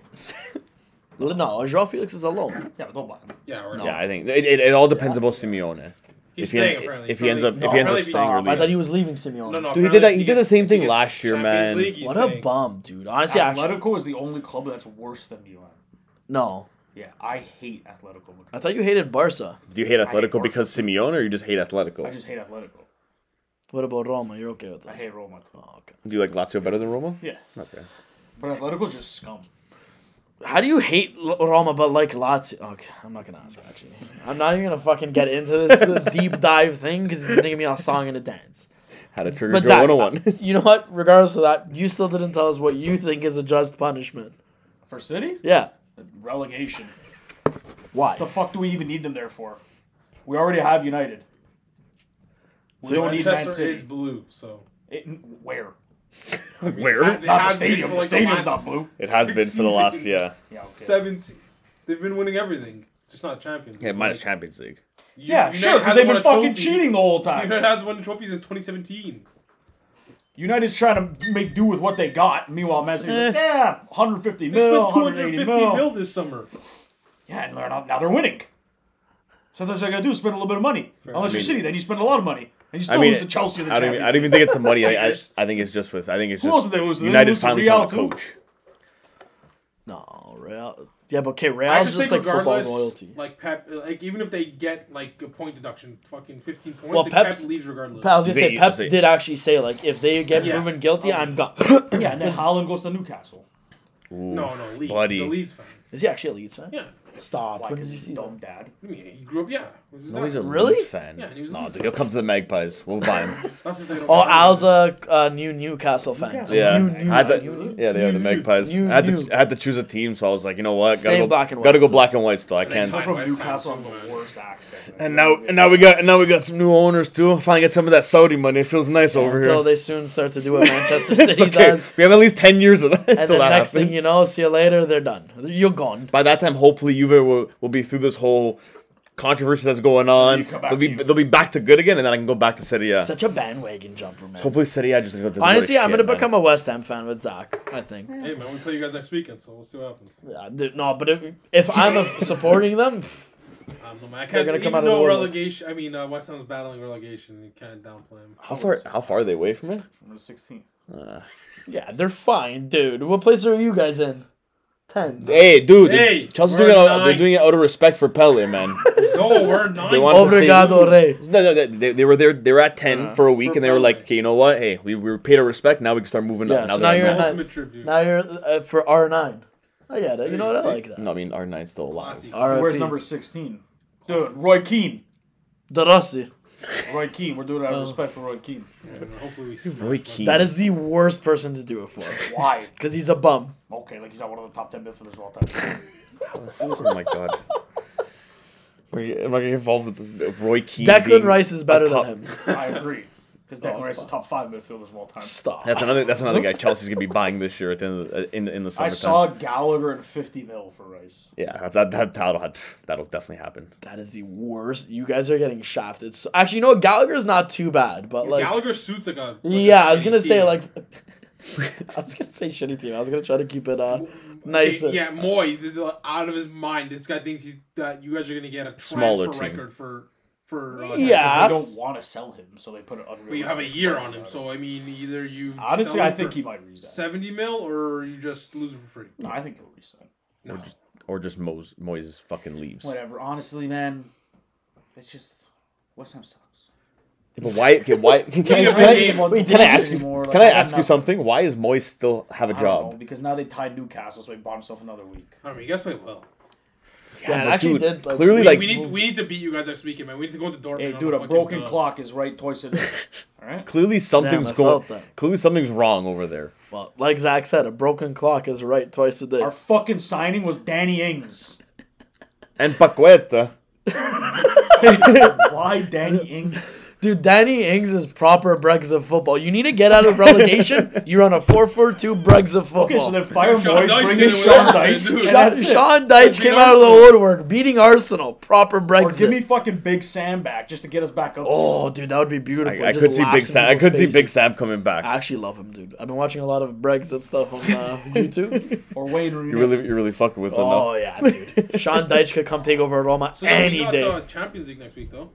[SPEAKER 1] no, Joao Felix is alone.
[SPEAKER 3] Yeah, but don't buy him.
[SPEAKER 4] Yeah, or
[SPEAKER 2] Yeah, I think it, it, it all depends
[SPEAKER 1] Yeah.
[SPEAKER 2] about Simeone.
[SPEAKER 4] He's
[SPEAKER 2] if he
[SPEAKER 4] staying
[SPEAKER 2] ends,
[SPEAKER 4] apparently.
[SPEAKER 2] if he ends up,
[SPEAKER 4] Apparently-
[SPEAKER 1] No,
[SPEAKER 2] if he ends up
[SPEAKER 4] apparently
[SPEAKER 2] staying, or
[SPEAKER 1] Stop. I
[SPEAKER 2] leaving.
[SPEAKER 1] thought he was leaving Simeone.
[SPEAKER 4] No, no,
[SPEAKER 2] Dude, he did that- he
[SPEAKER 4] apparently
[SPEAKER 2] did the same thing
[SPEAKER 4] gets
[SPEAKER 2] last year,
[SPEAKER 4] Champions
[SPEAKER 2] man.
[SPEAKER 4] League, he's
[SPEAKER 1] what a
[SPEAKER 4] staying.
[SPEAKER 1] bum, dude. Honestly, actually,
[SPEAKER 3] Atletico is the only club that's worse than Milan.
[SPEAKER 1] no.
[SPEAKER 3] Yeah, I hate Atletico Madrid.
[SPEAKER 1] I thought you hated Barca.
[SPEAKER 2] Do you hate
[SPEAKER 3] hate
[SPEAKER 2] Atletico
[SPEAKER 3] Barca.
[SPEAKER 2] because Simeone, or you just hate
[SPEAKER 3] I
[SPEAKER 2] Atletico?
[SPEAKER 3] just hate Atletico.
[SPEAKER 1] What about Roma? You're okay with that?
[SPEAKER 3] I hate Roma too.
[SPEAKER 1] Oh, okay.
[SPEAKER 2] Do you like Lazio better than Roma?
[SPEAKER 3] Yeah,
[SPEAKER 2] Okay.
[SPEAKER 3] but Atletico's just scum.
[SPEAKER 1] How do you hate L- Roma but like Lazio? Okay, I'm not gonna ask actually. I'm not even gonna fucking get into this [laughs] uh, deep dive thing because it's gonna give me a song and a dance.
[SPEAKER 2] How to trigger
[SPEAKER 1] But
[SPEAKER 2] Joe
[SPEAKER 1] Zach,
[SPEAKER 2] 101.
[SPEAKER 3] [laughs]
[SPEAKER 1] you know what? Regardless of that, you still didn't tell us what you think is a just punishment.
[SPEAKER 3] For City,
[SPEAKER 1] Yeah.
[SPEAKER 3] relegation.
[SPEAKER 1] Why?
[SPEAKER 3] The fuck do we even need them there for? We already have United. We don't need Man
[SPEAKER 4] Manchester is
[SPEAKER 3] City.
[SPEAKER 4] blue, so
[SPEAKER 3] It, where?
[SPEAKER 2] Where?
[SPEAKER 4] They
[SPEAKER 3] Not the
[SPEAKER 4] have
[SPEAKER 3] stadium.
[SPEAKER 4] been for,
[SPEAKER 3] The
[SPEAKER 4] like, the
[SPEAKER 3] stadium's not
[SPEAKER 4] last-
[SPEAKER 3] blue.
[SPEAKER 2] [laughs] It has
[SPEAKER 4] Six
[SPEAKER 2] been for the last
[SPEAKER 4] seasons.
[SPEAKER 2] yeah.
[SPEAKER 3] Yeah, okay.
[SPEAKER 4] seven. Se- they've been winning everything, just not champions.
[SPEAKER 2] Yeah,
[SPEAKER 4] Like,
[SPEAKER 2] minus Champions League.
[SPEAKER 4] you-
[SPEAKER 3] yeah,
[SPEAKER 4] United
[SPEAKER 3] sure, because
[SPEAKER 4] hasn't
[SPEAKER 3] they've
[SPEAKER 4] won
[SPEAKER 3] been
[SPEAKER 4] a
[SPEAKER 3] fucking
[SPEAKER 4] trophy.
[SPEAKER 3] cheating the whole
[SPEAKER 4] [laughs]
[SPEAKER 3] time.
[SPEAKER 4] United has won a trophy since 2017.
[SPEAKER 3] United's trying to make do with what they got. Meanwhile, Man City's like, yeah, 150
[SPEAKER 4] They
[SPEAKER 3] mil,
[SPEAKER 4] spent
[SPEAKER 3] 180
[SPEAKER 4] 250
[SPEAKER 3] mil.
[SPEAKER 4] mil this summer.
[SPEAKER 3] Yeah, and they're not, now they're winning. So there's what you gotta do, is spend a little bit of money. Unless
[SPEAKER 2] I
[SPEAKER 3] you're
[SPEAKER 2] mean-
[SPEAKER 3] City, then you spend a lot of money. And you still
[SPEAKER 2] I mean,
[SPEAKER 3] lose to Chelsea in the
[SPEAKER 2] I don't, even,
[SPEAKER 3] Champions
[SPEAKER 2] I don't even think it's the money. I, I,
[SPEAKER 4] Cheaters.
[SPEAKER 2] I think it's just with. I think it's
[SPEAKER 3] Who
[SPEAKER 2] just.
[SPEAKER 3] else did they lose to? They
[SPEAKER 2] United
[SPEAKER 3] lose to
[SPEAKER 2] finally
[SPEAKER 3] Real
[SPEAKER 2] found a
[SPEAKER 3] too?
[SPEAKER 2] coach.
[SPEAKER 1] No, Real. Yeah, but okay,
[SPEAKER 4] I
[SPEAKER 1] Real's
[SPEAKER 4] just,
[SPEAKER 1] just,
[SPEAKER 4] think
[SPEAKER 1] like football
[SPEAKER 4] regardless,
[SPEAKER 1] loyalty.
[SPEAKER 4] like Pep, like even if they get like a point deduction, fucking 15 points,
[SPEAKER 1] Well,
[SPEAKER 4] like, Pep
[SPEAKER 1] Pep's-
[SPEAKER 4] leaves regardless.
[SPEAKER 1] Pal, I was gonna
[SPEAKER 2] They-
[SPEAKER 1] say Pep
[SPEAKER 2] they-
[SPEAKER 1] did actually say like if they get
[SPEAKER 4] Yeah.
[SPEAKER 1] proven
[SPEAKER 3] Oh.
[SPEAKER 1] guilty, I'm
[SPEAKER 3] [coughs]
[SPEAKER 1] gone.
[SPEAKER 3] Yeah, and then Holland goes to Newcastle.
[SPEAKER 4] no,
[SPEAKER 2] Oof,
[SPEAKER 4] no, Leeds.
[SPEAKER 2] buddy.
[SPEAKER 4] The Leeds fan.
[SPEAKER 1] Is he actually a Leeds fan?
[SPEAKER 4] Yeah,
[SPEAKER 1] Stop. When
[SPEAKER 3] Why?
[SPEAKER 1] did
[SPEAKER 3] Because
[SPEAKER 1] you
[SPEAKER 3] he's
[SPEAKER 1] see
[SPEAKER 3] a
[SPEAKER 1] that?
[SPEAKER 3] dumb dad.
[SPEAKER 4] I mean, he grew up. Yeah, Who's his
[SPEAKER 2] No, he's a
[SPEAKER 4] dad?
[SPEAKER 1] Really?
[SPEAKER 2] Leeds fan.
[SPEAKER 4] Yeah, he was a
[SPEAKER 2] no,
[SPEAKER 4] Leeds
[SPEAKER 2] dude, he'll come to the Magpies. We'll buy
[SPEAKER 3] [laughs]
[SPEAKER 2] him.
[SPEAKER 4] That's what they don't
[SPEAKER 1] Oh,
[SPEAKER 4] remember.
[SPEAKER 1] Al's a uh, new Newcastle fan.
[SPEAKER 3] Newcastle.
[SPEAKER 2] yeah,
[SPEAKER 1] New, new,
[SPEAKER 2] I had
[SPEAKER 1] new-
[SPEAKER 2] to, yeah, they are the
[SPEAKER 4] you-
[SPEAKER 2] Magpies.
[SPEAKER 1] you-
[SPEAKER 2] I, had
[SPEAKER 1] you.
[SPEAKER 2] to, I had to choose a team, so I was like, you know what,
[SPEAKER 1] Stay
[SPEAKER 2] gotta go
[SPEAKER 1] black and white
[SPEAKER 2] Gotta go
[SPEAKER 1] still.
[SPEAKER 2] black and white still. I can't.
[SPEAKER 3] I'm
[SPEAKER 4] Fine,
[SPEAKER 3] from
[SPEAKER 4] West Ham
[SPEAKER 3] Newcastle.
[SPEAKER 4] too,
[SPEAKER 3] I'm the
[SPEAKER 4] man.
[SPEAKER 3] worst accent.
[SPEAKER 2] And now, and now we got, and now we got some new owners too. Finally, get some of that Saudi money. It feels nice over
[SPEAKER 1] until
[SPEAKER 2] here.
[SPEAKER 1] they soon start to do what Manchester City
[SPEAKER 2] [laughs] It's okay.
[SPEAKER 1] does.
[SPEAKER 2] We have at least ten years of [laughs] that.
[SPEAKER 1] And then
[SPEAKER 2] until that
[SPEAKER 1] next
[SPEAKER 2] happens.
[SPEAKER 1] thing you know, see you later, they're done. You're gone.
[SPEAKER 2] by that time, hopefully, Juve will, will be through this whole controversy that's going on.
[SPEAKER 3] You come back
[SPEAKER 2] They'll be
[SPEAKER 3] to you.
[SPEAKER 2] they'll be back to good again, and then I can go back to Serie A.
[SPEAKER 1] Such a bandwagon jumper, man.
[SPEAKER 2] Hopefully, Serie A just doesn't go to
[SPEAKER 1] Honestly, I'm gonna become a West Ham fan with Zach. I think.
[SPEAKER 4] Hey man, we play you guys next weekend, so we'll see what happens.
[SPEAKER 1] Yeah, dude, no, but if, if I'm
[SPEAKER 2] [laughs]
[SPEAKER 1] a, supporting them,
[SPEAKER 4] I don't know, man. I
[SPEAKER 1] They're
[SPEAKER 4] can't,
[SPEAKER 1] gonna
[SPEAKER 4] gonna
[SPEAKER 1] come
[SPEAKER 4] come
[SPEAKER 1] out of the
[SPEAKER 4] though
[SPEAKER 1] woodwork.
[SPEAKER 4] relegation, I mean, uh, West Ham's battling relegation. You can't downplay him.
[SPEAKER 2] How far? How far are they away from it?
[SPEAKER 3] I'm the 16th.
[SPEAKER 2] Uh,
[SPEAKER 1] yeah, they're fine, dude. What place are you guys in? Ten.
[SPEAKER 2] hey, dude.
[SPEAKER 4] Hey,
[SPEAKER 2] Chelsea's
[SPEAKER 4] we're
[SPEAKER 2] doing it. Out, they're
[SPEAKER 4] ninth.
[SPEAKER 2] doing it out of respect for Pele,
[SPEAKER 1] [laughs]
[SPEAKER 2] man.
[SPEAKER 4] No, we're nine.
[SPEAKER 2] They want-
[SPEAKER 1] Obrigado, Rey.
[SPEAKER 2] no, no, they- they, they were there. They were at ten
[SPEAKER 1] Uh,
[SPEAKER 2] for a week,
[SPEAKER 4] for
[SPEAKER 2] and they were
[SPEAKER 4] Pele.
[SPEAKER 2] like, okay, you know what? Hey, we, we were paid our respect. Now we can start moving
[SPEAKER 1] Yeah,
[SPEAKER 2] up.
[SPEAKER 1] so
[SPEAKER 2] they're
[SPEAKER 1] now
[SPEAKER 2] at
[SPEAKER 1] you're
[SPEAKER 2] ninth.
[SPEAKER 1] at
[SPEAKER 4] ultimate tribute.
[SPEAKER 1] Now you're uh, for R9. I get it. You know what? I like that.
[SPEAKER 2] No, I mean R 9s still alive.
[SPEAKER 4] Classy.
[SPEAKER 1] R.
[SPEAKER 3] Where's number 16? Dude, Roy Keane.
[SPEAKER 1] De Rossi.
[SPEAKER 3] Roy Keane. We're doing it out
[SPEAKER 1] Oh.
[SPEAKER 3] of respect for Roy Keane.
[SPEAKER 4] And Hopefully we
[SPEAKER 2] Roy
[SPEAKER 4] smash
[SPEAKER 2] Keane.
[SPEAKER 1] That is the worst person to do it for,
[SPEAKER 3] Why?
[SPEAKER 1] because he's a bum.
[SPEAKER 3] Okay, like he's not one of the top 10 midfielders of all time.
[SPEAKER 2] [laughs] oh my [laughs] god. We're- Am I getting involved with Roy Keane?
[SPEAKER 1] Declan
[SPEAKER 2] being
[SPEAKER 1] Rice is
[SPEAKER 2] a
[SPEAKER 1] better
[SPEAKER 2] top-
[SPEAKER 1] than
[SPEAKER 2] [laughs]
[SPEAKER 1] him.
[SPEAKER 3] I agree. Because
[SPEAKER 1] Oh,
[SPEAKER 3] Declan Rice is top five midfielders of all time.
[SPEAKER 1] Stop.
[SPEAKER 2] That's another. That's another guy Chelsea's gonna be buying this year at the end of the, in the, in the summer.
[SPEAKER 3] I saw Gallagher and 50 mil for Rice.
[SPEAKER 2] Yeah, that's, that that that'll have- that'll definitely happen.
[SPEAKER 1] That is the worst. You guys are getting shafted. So, actually, you know what? Gallagher's not too bad, but
[SPEAKER 4] that.
[SPEAKER 1] like,
[SPEAKER 4] Gallagher suits like a. like a
[SPEAKER 1] yeah, I was
[SPEAKER 4] shitty
[SPEAKER 1] gonna say
[SPEAKER 4] team.
[SPEAKER 1] like, [laughs] I was gonna say shitty team. I was gonna try to keep it
[SPEAKER 2] [laughs]
[SPEAKER 1] uh,
[SPEAKER 4] Okay,
[SPEAKER 1] nicer.
[SPEAKER 4] Yeah, Moyes is uh, out of his mind. This guy thinks he's that you guys are gonna get a
[SPEAKER 2] Smaller
[SPEAKER 4] transfer
[SPEAKER 2] team.
[SPEAKER 4] record for for.
[SPEAKER 1] Yeah.
[SPEAKER 4] Uh,
[SPEAKER 3] 'Cause They
[SPEAKER 1] Abs-
[SPEAKER 3] don't want to sell him, so they put an unrealistic.
[SPEAKER 4] We have a year
[SPEAKER 3] price
[SPEAKER 4] on him,
[SPEAKER 3] it.
[SPEAKER 4] so I mean, either you.
[SPEAKER 3] honestly,
[SPEAKER 4] sell
[SPEAKER 3] I
[SPEAKER 4] him
[SPEAKER 3] think
[SPEAKER 4] for
[SPEAKER 3] he might resign.
[SPEAKER 4] Seventy mil, or you just lose him for free.
[SPEAKER 3] No, I think he'll resign.
[SPEAKER 4] No.
[SPEAKER 2] Or just Mo's Moyes fucking leaves.
[SPEAKER 3] Whatever. Honestly, man, it's just West Ham sucks.
[SPEAKER 2] But why? Okay, why? Can, I-
[SPEAKER 4] you
[SPEAKER 2] can I-
[SPEAKER 4] mean?
[SPEAKER 2] wait, can I ask you? Can I ask you something? Why is Moyes still have a job?
[SPEAKER 3] because now they tied Newcastle, so he bought himself another week.
[SPEAKER 4] I mean, you guys play well.
[SPEAKER 1] Yeah, it
[SPEAKER 2] but
[SPEAKER 1] actually
[SPEAKER 2] dude,
[SPEAKER 1] did. Like,
[SPEAKER 2] clearly,
[SPEAKER 4] We,
[SPEAKER 2] like-
[SPEAKER 4] we need we need to beat you guys next weekend, man. We need to go into Dortmund.
[SPEAKER 3] Hey,
[SPEAKER 4] on
[SPEAKER 3] dude, a
[SPEAKER 4] fucking uh,
[SPEAKER 3] broken
[SPEAKER 1] uh,
[SPEAKER 4] dub.
[SPEAKER 3] clock is right twice a day. All right.
[SPEAKER 2] Clearly something's
[SPEAKER 1] Damn, I
[SPEAKER 2] going.
[SPEAKER 1] felt that.
[SPEAKER 2] Clearly something's wrong over there.
[SPEAKER 1] well, like Zach said, a broken clock is right twice a day.
[SPEAKER 3] Our fucking signing was Danny Ings.
[SPEAKER 1] [laughs]
[SPEAKER 2] And Paqueta.
[SPEAKER 3] Why Danny Ings?
[SPEAKER 1] Dude, Danny Ings is proper Bregs of football. You need to get out of
[SPEAKER 2] [laughs]
[SPEAKER 1] relegation. You're on a 4-4-2 Bregs of football.
[SPEAKER 3] Okay, so then fire
[SPEAKER 4] Sean
[SPEAKER 3] Moyes,
[SPEAKER 4] Dyche
[SPEAKER 3] bring
[SPEAKER 4] did
[SPEAKER 3] in
[SPEAKER 4] it
[SPEAKER 3] Sean
[SPEAKER 4] with
[SPEAKER 3] Dyche.
[SPEAKER 4] Arsenal, dude.
[SPEAKER 3] and that's it.
[SPEAKER 1] Sean Dyche
[SPEAKER 4] Beating
[SPEAKER 1] came out of the
[SPEAKER 4] Arsenal.
[SPEAKER 1] woodwork, beating Arsenal. Proper
[SPEAKER 3] Or
[SPEAKER 1] Brexit.
[SPEAKER 3] give me fucking Big Sam back just to get us back up.
[SPEAKER 1] oh, dude, that would be beautiful.
[SPEAKER 2] I, I
[SPEAKER 1] Just
[SPEAKER 2] could see
[SPEAKER 1] laughs
[SPEAKER 2] Big
[SPEAKER 1] in
[SPEAKER 2] Sam. I
[SPEAKER 1] people's
[SPEAKER 2] could see
[SPEAKER 1] faces. Ah,
[SPEAKER 2] Big Sam coming back.
[SPEAKER 1] I actually love him, dude. I've been watching a lot of Brexit stuff on
[SPEAKER 2] [laughs]
[SPEAKER 1] uh, YouTube.
[SPEAKER 3] Or Wayne Rooney.
[SPEAKER 2] you really, you really fucking with him.
[SPEAKER 1] oh,
[SPEAKER 2] now.
[SPEAKER 1] yeah, dude. Sean Dyche could come take over Roma
[SPEAKER 4] So then
[SPEAKER 1] any
[SPEAKER 4] we got
[SPEAKER 1] day.
[SPEAKER 4] uh, Champions League next week, though.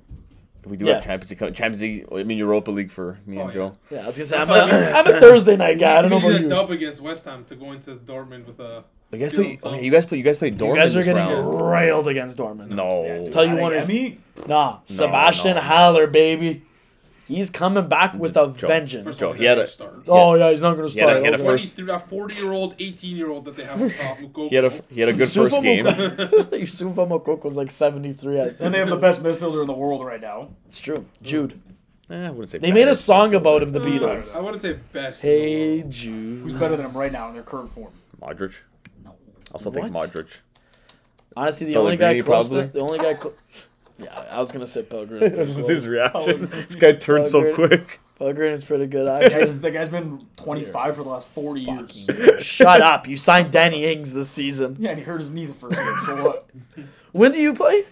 [SPEAKER 2] We do
[SPEAKER 1] Yeah.
[SPEAKER 2] have Champions League. co- Champions League. I mean Europa League for me
[SPEAKER 4] Oh,
[SPEAKER 2] and
[SPEAKER 4] yeah.
[SPEAKER 2] Joe.
[SPEAKER 1] yeah, I was going to say, I'm a,
[SPEAKER 4] That's what I mean.
[SPEAKER 1] I'm a Thursday night guy. I don't
[SPEAKER 4] We
[SPEAKER 1] know
[SPEAKER 4] need
[SPEAKER 1] about
[SPEAKER 4] [laughs] a
[SPEAKER 1] you.
[SPEAKER 4] dub against West Ham to go into Dortmund with a.
[SPEAKER 2] You guys
[SPEAKER 4] Joe,
[SPEAKER 2] play.
[SPEAKER 4] it's all-
[SPEAKER 2] Okay, you guys play. You guys play Dortmund
[SPEAKER 1] You guys are
[SPEAKER 2] this
[SPEAKER 1] getting
[SPEAKER 2] round.
[SPEAKER 1] railed against Dortmund.
[SPEAKER 2] No.
[SPEAKER 3] Yeah, dude,
[SPEAKER 1] Tell you
[SPEAKER 3] I-
[SPEAKER 1] what
[SPEAKER 3] I
[SPEAKER 1] is-
[SPEAKER 3] mean,
[SPEAKER 1] Nah, Sebastian
[SPEAKER 2] no.
[SPEAKER 1] Haller, baby. He's coming back with a
[SPEAKER 2] Joe.
[SPEAKER 1] vengeance.
[SPEAKER 2] Joe,
[SPEAKER 4] all,
[SPEAKER 2] he had
[SPEAKER 4] they're
[SPEAKER 2] a-
[SPEAKER 4] gonna start.
[SPEAKER 1] Oh, yeah, he's not going to
[SPEAKER 2] He had a-
[SPEAKER 1] start.
[SPEAKER 2] he had a
[SPEAKER 1] okay.
[SPEAKER 2] first-
[SPEAKER 4] Twenty-three, that forty-year-old, eighteen-year-old that they have on top. Mukoko.
[SPEAKER 2] He had a he had a good first
[SPEAKER 1] Yusufa
[SPEAKER 2] game.
[SPEAKER 1] Mokoko- [laughs]
[SPEAKER 4] [laughs]
[SPEAKER 1] Yusufa Mokoko was like 73. I
[SPEAKER 3] Then
[SPEAKER 1] think.
[SPEAKER 3] they have the best midfielder in the world right now.
[SPEAKER 1] It's true. Jude.
[SPEAKER 2] [laughs]
[SPEAKER 4] Mm.
[SPEAKER 2] Eh, I wouldn't say
[SPEAKER 1] They made a
[SPEAKER 2] bad.
[SPEAKER 1] song about him, the
[SPEAKER 4] Uh, I
[SPEAKER 1] Beatles.
[SPEAKER 4] wouldn't say best.
[SPEAKER 1] Hey,
[SPEAKER 3] Who's
[SPEAKER 1] Jude.
[SPEAKER 3] better than him right now in their current form?
[SPEAKER 2] Modric. I'll still take
[SPEAKER 1] What?
[SPEAKER 2] Modric.
[SPEAKER 1] Honestly, the only guy
[SPEAKER 2] Pellegrini,
[SPEAKER 1] close to,
[SPEAKER 2] probably?
[SPEAKER 1] the only guy
[SPEAKER 2] [laughs]
[SPEAKER 1] cl- Yeah, I was going to say Pellegrini. but it's close.
[SPEAKER 2] reaction.
[SPEAKER 3] Oh,
[SPEAKER 2] [laughs] This guy turned so
[SPEAKER 1] Belgrade.
[SPEAKER 2] quick.
[SPEAKER 1] Pellegrini's pretty good,
[SPEAKER 2] [laughs]
[SPEAKER 3] That guy's,
[SPEAKER 1] actually.
[SPEAKER 3] that guy's been 25 for the last 40 years.
[SPEAKER 1] Shut up. You signed Danny Ings this season.
[SPEAKER 2] [laughs]
[SPEAKER 3] Yeah, and he hurt his knee the first game. So what?
[SPEAKER 1] When do you play?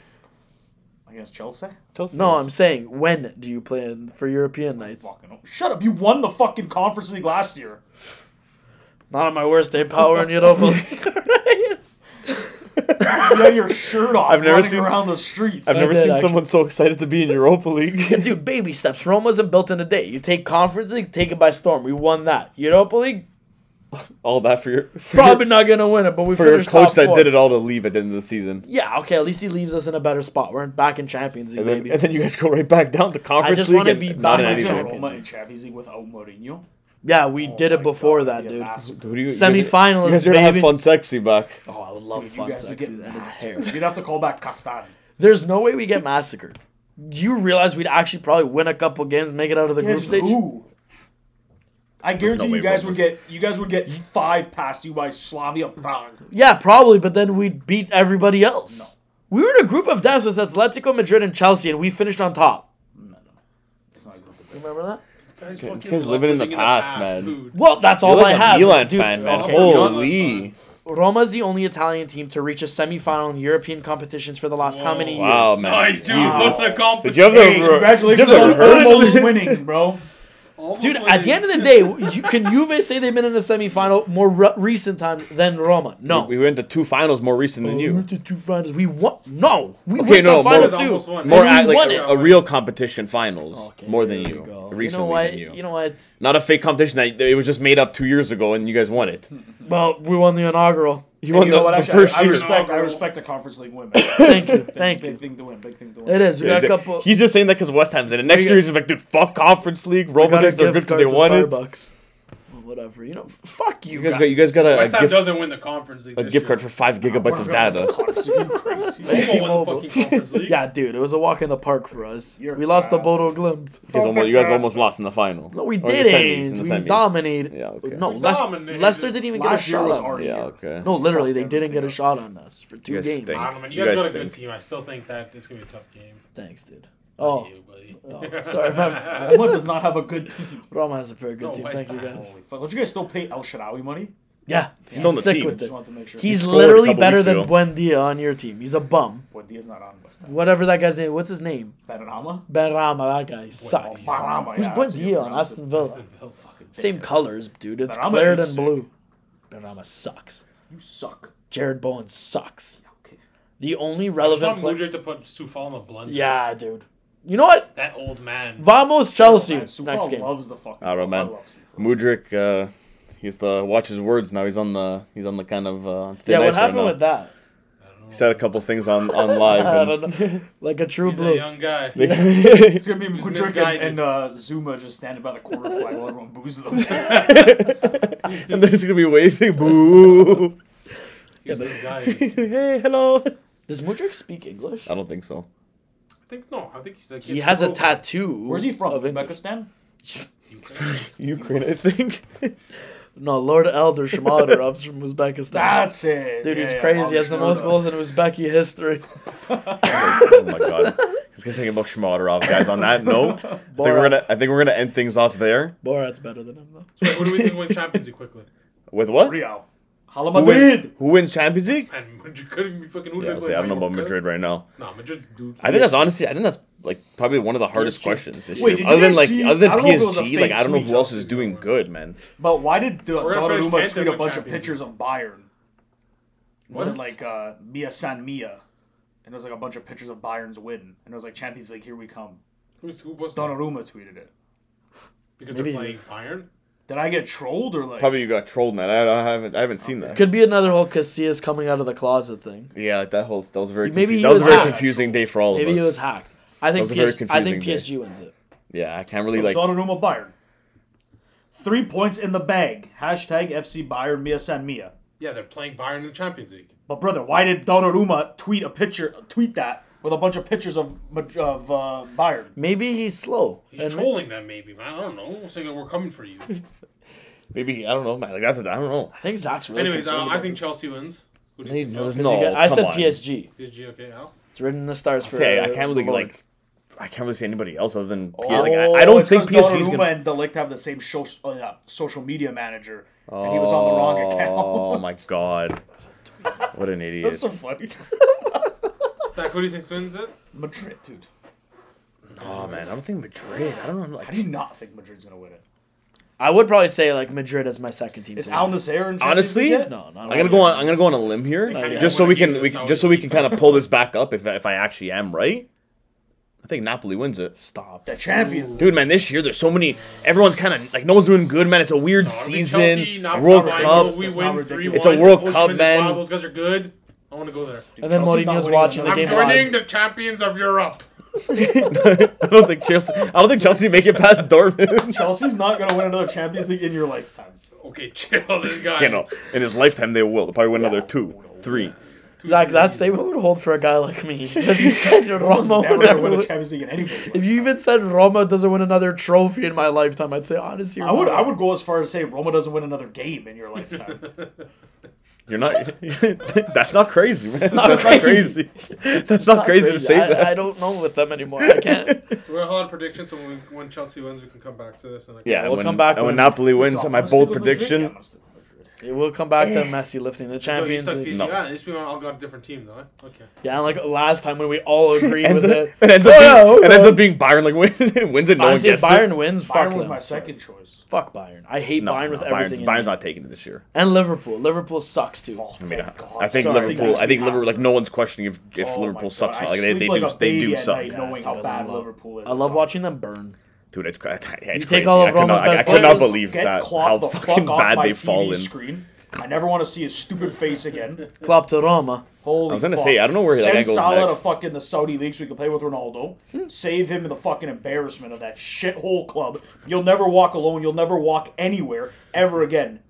[SPEAKER 3] Against Chelsea?
[SPEAKER 1] No, I'm saying, when do you play in- for European nights?
[SPEAKER 3] Fucking shut up! You won the fucking conference league
[SPEAKER 2] [laughs]
[SPEAKER 3] last year.
[SPEAKER 1] Not on my worst day, power in Europa [laughs] League.
[SPEAKER 3] You had your shirt off.
[SPEAKER 2] I've never
[SPEAKER 3] running
[SPEAKER 2] seen-
[SPEAKER 3] around the streets.
[SPEAKER 2] I've never
[SPEAKER 1] did,
[SPEAKER 2] seen
[SPEAKER 1] actually.
[SPEAKER 2] someone so excited to be in Europa League. [laughs]
[SPEAKER 1] Dude, baby steps. Rome wasn't built in a day. You take Conference League, take it by storm. We won that. Europa League,
[SPEAKER 2] all that for your for
[SPEAKER 1] probably not gonna win it, but we
[SPEAKER 2] your, for your
[SPEAKER 1] finished
[SPEAKER 2] coach
[SPEAKER 1] top
[SPEAKER 2] that
[SPEAKER 1] four.
[SPEAKER 2] did it all to leave at the end of the season.
[SPEAKER 1] Yeah, okay. At least he leaves us in a better spot. We're back in Champions League,
[SPEAKER 2] And then,
[SPEAKER 1] baby.
[SPEAKER 2] and then you guys go right back down to conference
[SPEAKER 1] just
[SPEAKER 2] league
[SPEAKER 1] wanna
[SPEAKER 2] and
[SPEAKER 1] be back
[SPEAKER 2] not in
[SPEAKER 1] in
[SPEAKER 2] any
[SPEAKER 1] Champions
[SPEAKER 2] champion.
[SPEAKER 3] Roma in Champions League without Mourinho.
[SPEAKER 1] yeah, we
[SPEAKER 3] Oh
[SPEAKER 1] did it
[SPEAKER 3] my
[SPEAKER 1] before
[SPEAKER 3] God,
[SPEAKER 1] that,
[SPEAKER 3] it'd be a
[SPEAKER 1] dude.
[SPEAKER 3] massive-
[SPEAKER 2] Who do you- you guys-
[SPEAKER 1] Semifinalists,
[SPEAKER 2] You guys are gonna have
[SPEAKER 1] baby.
[SPEAKER 2] fun, sexy back.
[SPEAKER 1] Oh, I would love
[SPEAKER 3] Dude, you
[SPEAKER 1] fun
[SPEAKER 3] guys would
[SPEAKER 1] sexy
[SPEAKER 3] get
[SPEAKER 1] and his hair.
[SPEAKER 3] massacred. You'd have to call back Castan.
[SPEAKER 1] [laughs] There's no way we get massacred. Do you realize we'd actually probably win a couple games, make it out of the group
[SPEAKER 3] Against
[SPEAKER 1] stage?
[SPEAKER 3] who? I guarantee
[SPEAKER 2] no
[SPEAKER 3] you
[SPEAKER 2] way
[SPEAKER 3] guys would
[SPEAKER 2] Roma's-
[SPEAKER 3] get you guys would get five past you by Slavia Prague.
[SPEAKER 1] Yeah, probably, but then we'd beat everybody else. We were in a group of death with Atletico Madrid and Chelsea, and we finished on top.
[SPEAKER 3] It's not good.
[SPEAKER 1] Remember that?
[SPEAKER 4] Guys
[SPEAKER 2] Okay, this
[SPEAKER 4] fucking
[SPEAKER 2] guy's
[SPEAKER 4] love
[SPEAKER 2] living in the past, man.
[SPEAKER 4] dude.
[SPEAKER 1] Well, that's
[SPEAKER 2] You're
[SPEAKER 1] all
[SPEAKER 2] like
[SPEAKER 1] I
[SPEAKER 2] a
[SPEAKER 1] have.
[SPEAKER 2] Milan
[SPEAKER 1] Dude,
[SPEAKER 2] fan, man.
[SPEAKER 1] okay,
[SPEAKER 4] Milan
[SPEAKER 2] Holy.
[SPEAKER 1] Roma's the only Italian team to reach a semifinal in European competitions for the last how many years?
[SPEAKER 2] Wow, man.
[SPEAKER 4] Nice, dude.
[SPEAKER 2] Wow.
[SPEAKER 4] What's the
[SPEAKER 2] Did you have the
[SPEAKER 4] competition?
[SPEAKER 3] Hey,
[SPEAKER 2] did
[SPEAKER 3] congratulations
[SPEAKER 2] you
[SPEAKER 3] on
[SPEAKER 2] have the rehearsals?
[SPEAKER 3] almost
[SPEAKER 2] [laughs]
[SPEAKER 3] winning, bro.
[SPEAKER 1] Dude, at the end of the day, you, can Juve say they've been in a semifinal more re- recent time than Roma? No.
[SPEAKER 2] We went to two finals more recent than
[SPEAKER 1] We
[SPEAKER 2] you.
[SPEAKER 1] went to two finals. We won. No, we
[SPEAKER 2] Okay,
[SPEAKER 1] went
[SPEAKER 2] no,
[SPEAKER 1] to
[SPEAKER 2] more-
[SPEAKER 1] final
[SPEAKER 2] It's
[SPEAKER 4] almost
[SPEAKER 1] two.
[SPEAKER 4] won.
[SPEAKER 1] and
[SPEAKER 2] More
[SPEAKER 1] we
[SPEAKER 2] at, like
[SPEAKER 1] won
[SPEAKER 2] a,
[SPEAKER 1] it.
[SPEAKER 2] a real competition finals
[SPEAKER 1] Okay,
[SPEAKER 2] more than
[SPEAKER 1] there
[SPEAKER 2] you
[SPEAKER 1] we go.
[SPEAKER 2] recently
[SPEAKER 1] you know what?
[SPEAKER 2] than you.
[SPEAKER 1] know what?
[SPEAKER 2] Not a fake competition that it was just made up two years ago and you guys won it.
[SPEAKER 1] Well, we won the inaugural.
[SPEAKER 2] Hmm. You won
[SPEAKER 3] You
[SPEAKER 2] the,
[SPEAKER 3] know what?
[SPEAKER 2] the
[SPEAKER 3] Actually,
[SPEAKER 2] first
[SPEAKER 3] I, I
[SPEAKER 2] year.
[SPEAKER 3] respect. I respect the conference league win.
[SPEAKER 2] [laughs]
[SPEAKER 3] man.
[SPEAKER 1] Thank you, thank
[SPEAKER 3] Big
[SPEAKER 1] you.
[SPEAKER 3] thing to win. Big thing to win.
[SPEAKER 1] It is. We
[SPEAKER 2] Yeah,
[SPEAKER 1] got a
[SPEAKER 2] he's-
[SPEAKER 1] couple.
[SPEAKER 2] He's just saying that because West Ham's in it. Next
[SPEAKER 1] We
[SPEAKER 2] year
[SPEAKER 1] got-
[SPEAKER 2] he's like, dude, fuck Conference League.
[SPEAKER 1] we
[SPEAKER 2] Roma
[SPEAKER 1] got a
[SPEAKER 2] thinks they're good
[SPEAKER 1] gift
[SPEAKER 2] because
[SPEAKER 1] card
[SPEAKER 2] they
[SPEAKER 1] to
[SPEAKER 2] won it.
[SPEAKER 1] Starbucks. Well, whatever. You know, fuck you,
[SPEAKER 2] You guys
[SPEAKER 1] guys.
[SPEAKER 2] got you guys got a, a
[SPEAKER 4] West Ham
[SPEAKER 2] Uh, gift,
[SPEAKER 4] doesn't win the conference league.
[SPEAKER 2] a
[SPEAKER 4] this
[SPEAKER 2] gift card
[SPEAKER 4] year.
[SPEAKER 2] for five gigabytes of data.
[SPEAKER 3] Conference league, you crazy.
[SPEAKER 4] They won't
[SPEAKER 1] T-Mobile.
[SPEAKER 4] win the fucking conference
[SPEAKER 1] [laughs]
[SPEAKER 4] league.
[SPEAKER 1] Yeah, dude, it was a walk in the park for us.
[SPEAKER 3] You're
[SPEAKER 1] we lost the
[SPEAKER 3] class.
[SPEAKER 1] Bodo Glimt.
[SPEAKER 2] You guys, almost, you guys almost lost in the final.
[SPEAKER 1] No, we
[SPEAKER 2] Or Oh, in the semis, in
[SPEAKER 1] didn't.
[SPEAKER 2] the
[SPEAKER 1] We
[SPEAKER 2] semis.
[SPEAKER 1] dominated.
[SPEAKER 2] Yeah, okay.
[SPEAKER 1] No,
[SPEAKER 4] We
[SPEAKER 1] Leic-
[SPEAKER 4] dominated.
[SPEAKER 1] Leicester didn't even
[SPEAKER 3] Last
[SPEAKER 1] get
[SPEAKER 3] year
[SPEAKER 1] a
[SPEAKER 3] was
[SPEAKER 1] shot on
[SPEAKER 3] ours.
[SPEAKER 1] us.
[SPEAKER 2] Yeah, okay.
[SPEAKER 1] No, literally, they
[SPEAKER 3] Fuck
[SPEAKER 1] didn't get a
[SPEAKER 3] everything
[SPEAKER 1] shot on us for two
[SPEAKER 2] You guys
[SPEAKER 1] games.
[SPEAKER 2] stink.
[SPEAKER 4] I don't know, man. You,
[SPEAKER 2] You
[SPEAKER 4] guys,
[SPEAKER 2] guys
[SPEAKER 4] got a good
[SPEAKER 2] stink.
[SPEAKER 4] team. I still think that it's gonna be a tough game.
[SPEAKER 1] Thanks, dude. Oh,
[SPEAKER 4] You, buddy. [laughs]
[SPEAKER 1] oh, [laughs] sorry, my-
[SPEAKER 3] England does not have a good team.
[SPEAKER 1] Roma has a pretty good
[SPEAKER 4] No,
[SPEAKER 1] team.
[SPEAKER 4] West
[SPEAKER 1] Thank you
[SPEAKER 4] Ham.
[SPEAKER 1] guys.
[SPEAKER 3] Holy fuck! Don't you guys still pay El Shaarawy money?
[SPEAKER 1] Yeah, he's
[SPEAKER 2] still on the
[SPEAKER 1] sick
[SPEAKER 2] team.
[SPEAKER 1] with it.
[SPEAKER 3] Just wanted to make sure.
[SPEAKER 1] He's
[SPEAKER 2] scored a
[SPEAKER 1] literally
[SPEAKER 2] couple
[SPEAKER 1] better
[SPEAKER 2] weeks
[SPEAKER 1] than
[SPEAKER 2] ago.
[SPEAKER 1] Buendia on your team. He's a bum.
[SPEAKER 3] Boy, Diaz not on West Ham.
[SPEAKER 1] Whatever that guy's name. What's his name?
[SPEAKER 3] Benarama?
[SPEAKER 1] Ben Rama. That guy sucks.
[SPEAKER 3] Benarama,
[SPEAKER 1] Who's
[SPEAKER 3] yeah, that's a good
[SPEAKER 1] Buendia on
[SPEAKER 3] pronounce.
[SPEAKER 1] Aston Villa?
[SPEAKER 4] Aston Villa, fucking
[SPEAKER 1] Same colors, dude. It's
[SPEAKER 3] Ben Rama
[SPEAKER 1] cleared
[SPEAKER 3] is
[SPEAKER 1] and
[SPEAKER 3] sick.
[SPEAKER 1] blue. Ben Rama sucks.
[SPEAKER 3] You suck.
[SPEAKER 1] Jared Bowen sucks.
[SPEAKER 3] Okay.
[SPEAKER 1] The only
[SPEAKER 4] I just
[SPEAKER 1] relevant
[SPEAKER 4] want
[SPEAKER 1] player.
[SPEAKER 4] Mudrik to put Sufal on the blunder.
[SPEAKER 1] Yeah, dude. You know what?
[SPEAKER 4] That old man.
[SPEAKER 1] Vamos Chelsea
[SPEAKER 3] Man, Sufal
[SPEAKER 1] next game.
[SPEAKER 3] loves the fucking.
[SPEAKER 2] I don't know,
[SPEAKER 3] club. I
[SPEAKER 2] man.
[SPEAKER 3] love Sufal.
[SPEAKER 2] Mudrik, uh, he's the watch his words now. He's on the he's on the kind of uh, thin
[SPEAKER 1] Yeah, what
[SPEAKER 2] ice right
[SPEAKER 1] happened
[SPEAKER 2] now.
[SPEAKER 1] with that?
[SPEAKER 4] I don't know.
[SPEAKER 2] He said a couple things on,
[SPEAKER 1] [laughs]
[SPEAKER 2] on live.
[SPEAKER 1] I
[SPEAKER 2] [laughs] and-
[SPEAKER 1] don't know. Like a true
[SPEAKER 4] He's a
[SPEAKER 1] blue.
[SPEAKER 4] young guy.
[SPEAKER 3] It's gonna be Mudrick and,
[SPEAKER 4] misguided.
[SPEAKER 3] and uh, Zuma just standing by the corner flag while everyone boos them.
[SPEAKER 2] [laughs]
[SPEAKER 1] [laughs]
[SPEAKER 2] and there's gonna be waving [laughs] boo.
[SPEAKER 4] He's
[SPEAKER 1] [laughs]
[SPEAKER 4] a young guy. I
[SPEAKER 2] hey, hello.
[SPEAKER 1] Does Mudrick speak English?
[SPEAKER 2] I don't think so.
[SPEAKER 4] think no. I think he's like
[SPEAKER 1] He has a tattoo.
[SPEAKER 3] Where's he from?
[SPEAKER 1] of English.
[SPEAKER 3] Uzbekistan?
[SPEAKER 2] Ukraine, I think.
[SPEAKER 1] No, Lord Elder Shamadorov's from Uzbekistan.
[SPEAKER 3] That's it.
[SPEAKER 1] Dude,
[SPEAKER 3] Yeah,
[SPEAKER 1] he's
[SPEAKER 3] yeah,
[SPEAKER 1] crazy.
[SPEAKER 3] Bobby
[SPEAKER 1] He has the most
[SPEAKER 3] Shmurda.
[SPEAKER 1] goals in Uzbeki history.
[SPEAKER 2] oh my god. He's gonna take about Shmaderov, guys. On that note, I think we're gonna I think we're gonna end things off there
[SPEAKER 1] [laughs] Borat's better than him, though.
[SPEAKER 4] Wait, what do we think
[SPEAKER 1] [laughs]
[SPEAKER 4] win Champions League quickly?
[SPEAKER 2] with what?
[SPEAKER 3] Real. Hala
[SPEAKER 2] Who, wins,
[SPEAKER 3] Madrid.
[SPEAKER 2] who wins Champions League?
[SPEAKER 4] And Madrid couldn't be fucking who
[SPEAKER 2] Yeah,
[SPEAKER 4] they
[SPEAKER 2] I'll
[SPEAKER 4] play,
[SPEAKER 2] say, I don't know about
[SPEAKER 4] Mallorca?
[SPEAKER 2] Madrid right now.
[SPEAKER 4] Nah, Madrid's Duke.
[SPEAKER 2] I think that's honestly I think that's like probably one of the hardest questions this
[SPEAKER 3] Wait,
[SPEAKER 2] year.
[SPEAKER 3] did you
[SPEAKER 2] Other than
[SPEAKER 3] guys
[SPEAKER 2] like
[SPEAKER 3] see-
[SPEAKER 2] other than
[SPEAKER 3] I don't know if it was a
[SPEAKER 2] PSG, like
[SPEAKER 3] fake
[SPEAKER 2] I don't know
[SPEAKER 3] tweet,
[SPEAKER 2] who else
[SPEAKER 4] Justin,
[SPEAKER 2] is doing
[SPEAKER 4] or-
[SPEAKER 2] good, man.
[SPEAKER 3] But why did uh,
[SPEAKER 4] We're gonna finish
[SPEAKER 3] Donnarumma
[SPEAKER 4] tenth
[SPEAKER 3] tweet
[SPEAKER 4] in
[SPEAKER 3] a bunch of
[SPEAKER 4] Champions
[SPEAKER 3] pictures of Bayern? It
[SPEAKER 4] What?
[SPEAKER 3] said like uh, Mia San Mia, and it was like a bunch of pictures of Bayern's win, and it was like Champions League, here we come.
[SPEAKER 4] Who's who was that?
[SPEAKER 3] Donnarumma tweeted it.
[SPEAKER 4] Because
[SPEAKER 1] Maybe
[SPEAKER 4] they're
[SPEAKER 1] he
[SPEAKER 4] playing Bayern.
[SPEAKER 3] Did I get trolled or like?
[SPEAKER 2] Probably you got trolled, man. I, don't, I haven't I haven't seen [laughs] that.
[SPEAKER 1] Could be another whole Casillas coming out of the closet thing.
[SPEAKER 2] Yeah, like that whole that was very
[SPEAKER 1] Maybe
[SPEAKER 2] confu-
[SPEAKER 1] he
[SPEAKER 2] that was a
[SPEAKER 1] was
[SPEAKER 2] very
[SPEAKER 1] hacked.
[SPEAKER 2] confusing day for all
[SPEAKER 1] Maybe
[SPEAKER 2] of
[SPEAKER 1] he
[SPEAKER 2] us.
[SPEAKER 1] was hacked. I think
[SPEAKER 2] was a very
[SPEAKER 1] PS- I think
[SPEAKER 2] confusing day.
[SPEAKER 1] PSG wins it.
[SPEAKER 2] yeah, I can't really like
[SPEAKER 3] Donnarumma Bayern. Three points in the bag. Hashtag FC Bayern Mia San Mia.
[SPEAKER 4] Yeah, they're playing Bayern in the Champions League.
[SPEAKER 3] But brother, why did Donnarumma tweet a picture, tweet that with a bunch of pictures of Mad- of uh, Bayern?
[SPEAKER 1] Maybe he's slow.
[SPEAKER 4] He's
[SPEAKER 1] And-
[SPEAKER 4] trolling them, maybe, man. I don't know. Saying we're coming for you.
[SPEAKER 2] maybe I don't know, man. Like that's I don't know.
[SPEAKER 1] I think Zach's really.
[SPEAKER 4] Anyways,
[SPEAKER 1] concerned
[SPEAKER 4] uh, I
[SPEAKER 1] about
[SPEAKER 4] think
[SPEAKER 1] this.
[SPEAKER 4] Chelsea wins. Who do
[SPEAKER 2] No,
[SPEAKER 4] you think?
[SPEAKER 2] no,
[SPEAKER 1] 'Cause you get- I
[SPEAKER 2] Oh, come
[SPEAKER 1] said
[SPEAKER 2] on.
[SPEAKER 1] PSG.
[SPEAKER 4] PSG, okay, Al.
[SPEAKER 1] It's written in the stars for.
[SPEAKER 2] say, I
[SPEAKER 1] uh,
[SPEAKER 2] can't really
[SPEAKER 1] Lord.
[SPEAKER 2] like. I can't really see anybody else other than PSG. Like, I, I don't
[SPEAKER 3] Oh, it's
[SPEAKER 2] think
[SPEAKER 3] 'cause
[SPEAKER 2] PSG is
[SPEAKER 3] Donnarumma
[SPEAKER 2] gonna.
[SPEAKER 3] and Delict have the same social, oh, yeah, social media manager, and he was on the wrong [laughs]
[SPEAKER 2] Oh
[SPEAKER 3] account.
[SPEAKER 2] my god! What an
[SPEAKER 3] [laughs] That's
[SPEAKER 2] idiot! [laughs]
[SPEAKER 3] so funny.
[SPEAKER 4] Zach, who do you think wins it?
[SPEAKER 3] Madrid, dude.
[SPEAKER 2] oh man, I don't think Madrid. I don't know.
[SPEAKER 3] How
[SPEAKER 2] Like,
[SPEAKER 3] do you not think Madrid's gonna win it?
[SPEAKER 1] I would probably say like Madrid is my second team.
[SPEAKER 3] Is
[SPEAKER 1] to
[SPEAKER 3] Al
[SPEAKER 1] win.
[SPEAKER 3] Nasser in Champions
[SPEAKER 2] Honestly,
[SPEAKER 3] League yet?
[SPEAKER 1] No, not
[SPEAKER 2] I'm gonna go on. I'm gonna go on a limb here,
[SPEAKER 4] Not
[SPEAKER 1] yet.
[SPEAKER 2] just so we
[SPEAKER 4] Wanna
[SPEAKER 2] can.
[SPEAKER 4] give
[SPEAKER 2] We,
[SPEAKER 4] this
[SPEAKER 2] just so we can kind
[SPEAKER 4] Saudi-
[SPEAKER 2] of pull this back up. If if I actually am right, I think Napoli wins it.
[SPEAKER 1] Stop.
[SPEAKER 3] The Champions League.
[SPEAKER 2] Dude, man, this year there's so many. Everyone's kind of like no one's doing good, man. It's a weird
[SPEAKER 4] I think Chelsea
[SPEAKER 2] season,
[SPEAKER 4] knocks
[SPEAKER 2] World
[SPEAKER 4] out Bayern,
[SPEAKER 2] Cup.
[SPEAKER 4] We
[SPEAKER 3] That's
[SPEAKER 4] win
[SPEAKER 3] not ridiculous.
[SPEAKER 4] 3-1.
[SPEAKER 2] It's a World
[SPEAKER 4] Osimhen's
[SPEAKER 2] Cup,
[SPEAKER 4] wild.
[SPEAKER 2] man.
[SPEAKER 4] Those guys are good. I want to go there.
[SPEAKER 1] And then
[SPEAKER 3] Chelsea's not
[SPEAKER 1] Mourinho's
[SPEAKER 3] winning
[SPEAKER 1] watching the
[SPEAKER 3] another
[SPEAKER 4] I'm
[SPEAKER 1] game.
[SPEAKER 3] one.
[SPEAKER 4] joining
[SPEAKER 1] live.
[SPEAKER 4] the champions of Europe.
[SPEAKER 2] [laughs] I don't think Chelsea. I don't think Chelsea make it past Dortmund. [laughs]
[SPEAKER 3] Chelsea's not gonna win another Champions League in your lifetime.
[SPEAKER 4] Okay, [laughs] chill, this guy.
[SPEAKER 2] you know, in his lifetime they will. They'll probably win another two, three.
[SPEAKER 1] Zach, that statement would hold for a guy like me. If you said Roma
[SPEAKER 3] Never
[SPEAKER 1] would
[SPEAKER 3] gonna
[SPEAKER 1] never
[SPEAKER 3] win a
[SPEAKER 1] win.
[SPEAKER 3] Champions League in any case.
[SPEAKER 1] If you even said Roma doesn't win another trophy in my lifetime, I'd say honestly. you're
[SPEAKER 3] I would,
[SPEAKER 1] wrong.
[SPEAKER 3] I would go as far as say Roma doesn't win another game in your
[SPEAKER 2] [laughs]
[SPEAKER 3] lifetime.
[SPEAKER 2] You're not. [laughs] that's not crazy, man. That's
[SPEAKER 1] not
[SPEAKER 2] not
[SPEAKER 1] crazy.
[SPEAKER 2] crazy. [laughs] That's not
[SPEAKER 1] Not
[SPEAKER 2] crazy to say
[SPEAKER 1] I, I
[SPEAKER 2] that.
[SPEAKER 1] don't know with them anymore. I can't.
[SPEAKER 4] So we have a lot of predictions. So when, when Chelsea wins, we can come back to this. And I
[SPEAKER 2] Yeah,
[SPEAKER 1] We'll
[SPEAKER 2] when,
[SPEAKER 1] come back
[SPEAKER 2] and when
[SPEAKER 1] when-
[SPEAKER 2] Napoli wins,
[SPEAKER 3] I'm
[SPEAKER 2] my
[SPEAKER 3] gonna stick
[SPEAKER 2] bold
[SPEAKER 3] with Madrid. Yeah, I'm
[SPEAKER 2] prediction.
[SPEAKER 3] gonna stick with Madrid.
[SPEAKER 1] we'll come back to Messi lifting the
[SPEAKER 4] So you
[SPEAKER 1] Champions
[SPEAKER 4] stuck
[SPEAKER 1] League.
[SPEAKER 4] PSG.
[SPEAKER 2] No.
[SPEAKER 4] Yeah, at least we all got different teams, huh? Okay.
[SPEAKER 1] Yeah, and like last time when we all agreed
[SPEAKER 2] Ends
[SPEAKER 1] with
[SPEAKER 2] up,
[SPEAKER 1] it.
[SPEAKER 2] it, ends up
[SPEAKER 1] Oh, yeah,
[SPEAKER 2] being, it
[SPEAKER 1] okay.
[SPEAKER 2] ends up being Byron. Like wins, wins it. [laughs] No
[SPEAKER 1] Honestly,
[SPEAKER 2] one
[SPEAKER 1] if
[SPEAKER 2] gets
[SPEAKER 1] Bayern wins, fuck
[SPEAKER 3] Bayern was
[SPEAKER 1] them.
[SPEAKER 3] my second choice.
[SPEAKER 1] Fuck Bayern. I hate
[SPEAKER 2] it. No,
[SPEAKER 1] Bayern with
[SPEAKER 2] no,
[SPEAKER 1] everything. in
[SPEAKER 2] Bayern's, Bayern's
[SPEAKER 1] it.
[SPEAKER 2] not taking it this year.
[SPEAKER 1] And Liverpool. Liverpool sucks too.
[SPEAKER 3] Oh,
[SPEAKER 2] I mean,
[SPEAKER 3] thank God.
[SPEAKER 2] I think
[SPEAKER 1] sorry.
[SPEAKER 2] Liverpool. I think
[SPEAKER 3] That
[SPEAKER 2] Liverpool.
[SPEAKER 3] makes
[SPEAKER 2] Like
[SPEAKER 3] me
[SPEAKER 2] no one's questioning if, if
[SPEAKER 3] happy. Oh
[SPEAKER 2] Liverpool
[SPEAKER 3] my
[SPEAKER 2] sucks.
[SPEAKER 3] God,
[SPEAKER 2] now.
[SPEAKER 3] I
[SPEAKER 2] Like they, they
[SPEAKER 3] sleep
[SPEAKER 2] do.
[SPEAKER 3] like a
[SPEAKER 2] They
[SPEAKER 3] baby
[SPEAKER 2] do
[SPEAKER 3] at
[SPEAKER 2] suck.
[SPEAKER 3] night knowing how
[SPEAKER 1] dude, I
[SPEAKER 3] bad
[SPEAKER 1] love-
[SPEAKER 3] Liverpool is.
[SPEAKER 1] I love watching them burn.
[SPEAKER 2] Dude, it's, cra- it's crazy.
[SPEAKER 1] take all of
[SPEAKER 2] I could
[SPEAKER 1] Roma's
[SPEAKER 2] not, I, I
[SPEAKER 1] best
[SPEAKER 2] could not
[SPEAKER 1] players,
[SPEAKER 2] believe
[SPEAKER 3] Get
[SPEAKER 2] that how
[SPEAKER 3] Klopp the
[SPEAKER 2] fucking
[SPEAKER 3] fuck off
[SPEAKER 2] bad
[SPEAKER 3] my
[SPEAKER 2] they've
[SPEAKER 3] TV
[SPEAKER 2] fallen.
[SPEAKER 3] Screen. I never want to see his stupid face again.
[SPEAKER 2] [laughs]
[SPEAKER 1] Klopp to Roma.
[SPEAKER 3] Holy.
[SPEAKER 2] I was gonna
[SPEAKER 3] fuck.
[SPEAKER 2] say, I don't know where that
[SPEAKER 3] Send
[SPEAKER 2] guy goes
[SPEAKER 3] Salah
[SPEAKER 2] next.
[SPEAKER 3] to fucking the Saudi league so he can play with Ronaldo.
[SPEAKER 2] Hmm.
[SPEAKER 3] Save him in the fucking embarrassment of that shithole club. You'll never walk alone. You'll never walk anywhere ever again.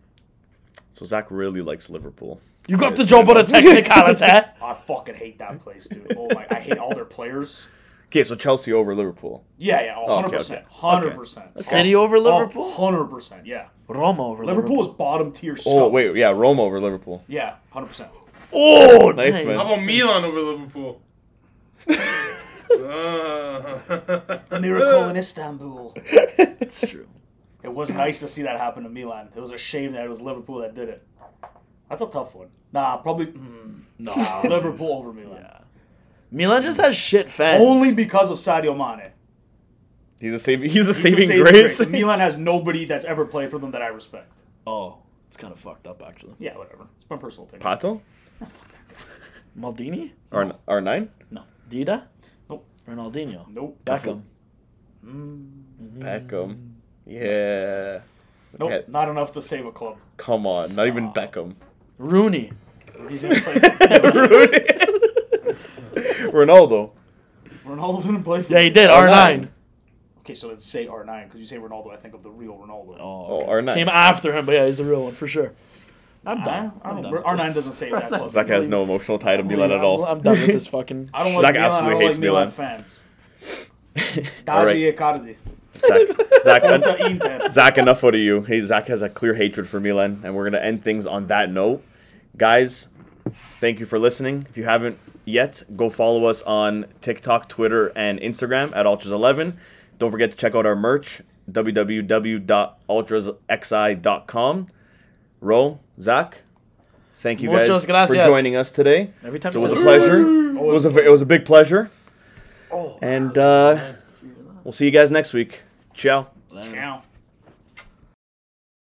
[SPEAKER 2] So Zach really likes Liverpool.
[SPEAKER 1] You got the job on a technicality.
[SPEAKER 3] I fucking hate that place, dude. Oh my, I hate all their players.
[SPEAKER 2] Okay, so Chelsea over Liverpool.
[SPEAKER 3] Yeah, yeah,
[SPEAKER 2] Oh, okay,
[SPEAKER 3] hundred percent, hundred percent. Oh,
[SPEAKER 1] City over Liverpool?
[SPEAKER 3] hundred percent. Yeah,
[SPEAKER 1] Roma over Liverpool.
[SPEAKER 3] Liverpool is bottom tier. Scum.
[SPEAKER 2] Oh wait, yeah, Roma over Liverpool.
[SPEAKER 3] yeah, hundred percent.
[SPEAKER 1] Oh,
[SPEAKER 2] Nice, man.
[SPEAKER 4] How about Milan over Liverpool? [laughs] Uh,
[SPEAKER 3] A miracle in Istanbul.
[SPEAKER 1] It's true.
[SPEAKER 3] It was nice to see that happen to Milan. It was a shame that it was Liverpool that did it. That's a tough one. Nah, probably mm,
[SPEAKER 1] No. [laughs]
[SPEAKER 3] Liverpool over Milan.
[SPEAKER 1] Yeah. Milan just has shit fans.
[SPEAKER 3] Only because of Sadio Mane.
[SPEAKER 2] He's a saving. He's a
[SPEAKER 3] It's a
[SPEAKER 2] saving,
[SPEAKER 3] saving
[SPEAKER 2] grace. [laughs]
[SPEAKER 3] grace. Milan has nobody that's ever played for them that I respect.
[SPEAKER 1] Oh, it's kind of fucked up actually.
[SPEAKER 3] Yeah, whatever. It's my personal opinion.
[SPEAKER 2] Pato
[SPEAKER 1] Maldini,
[SPEAKER 2] or R nine.
[SPEAKER 1] Dida,
[SPEAKER 3] Nope.
[SPEAKER 1] Ronaldinho,
[SPEAKER 3] Nope.
[SPEAKER 1] Beckham.
[SPEAKER 3] Mm,
[SPEAKER 2] Beckham. Yeah.
[SPEAKER 3] nope.
[SPEAKER 2] Okay.
[SPEAKER 3] Not enough to save a club.
[SPEAKER 2] Come on, not even Beckham.
[SPEAKER 1] Rooney.
[SPEAKER 2] [laughs]
[SPEAKER 3] He's gonna play-
[SPEAKER 2] Rooney. [laughs] Ronaldo.
[SPEAKER 3] Ronaldo didn't play for
[SPEAKER 1] Yeah, he did. R nine
[SPEAKER 3] Okay, so let's say R9 because you say Ronaldo. I think of the real Ronaldo.
[SPEAKER 2] Oh, R9.
[SPEAKER 1] came after him, but yeah, he's the real one for sure. I'm
[SPEAKER 3] I,
[SPEAKER 1] done.
[SPEAKER 3] I
[SPEAKER 1] I'm done.
[SPEAKER 3] don't,
[SPEAKER 1] with
[SPEAKER 3] R9 doesn't say
[SPEAKER 2] [laughs]
[SPEAKER 3] that close.
[SPEAKER 2] Zach has no emotional tie to Milan at
[SPEAKER 1] I'm,
[SPEAKER 2] all.
[SPEAKER 1] I'm done with
[SPEAKER 2] [laughs]
[SPEAKER 1] this fucking.
[SPEAKER 3] I don't
[SPEAKER 2] Zach
[SPEAKER 3] like Milan. I
[SPEAKER 2] absolutely
[SPEAKER 3] don't like
[SPEAKER 2] hates
[SPEAKER 3] Milan
[SPEAKER 2] Milan.
[SPEAKER 3] fans.
[SPEAKER 2] all
[SPEAKER 3] Daji
[SPEAKER 2] right, [laughs]
[SPEAKER 3] Icardi.
[SPEAKER 2] Zach. Zach,
[SPEAKER 3] Forza
[SPEAKER 2] en-
[SPEAKER 3] Inter.
[SPEAKER 2] Zach, enough out of you. Hey, Zach has a clear hatred for Milan, and we're gonna end things on that note, guys. Thank you for listening. If you haven't yet, go follow us on TikTok, Twitter, and Instagram at Ultras11. Don't forget to check out our merch www.ultrasxi.com. Roll, Zach. Thank you
[SPEAKER 1] Muchas
[SPEAKER 2] guys
[SPEAKER 1] gracias.
[SPEAKER 2] for joining us today.
[SPEAKER 1] Every time
[SPEAKER 2] So it
[SPEAKER 1] you
[SPEAKER 2] was a
[SPEAKER 1] say-
[SPEAKER 2] pleasure. It was a ve- it was a big pleasure. And uh, we'll see you guys next week. Ciao.
[SPEAKER 3] Now.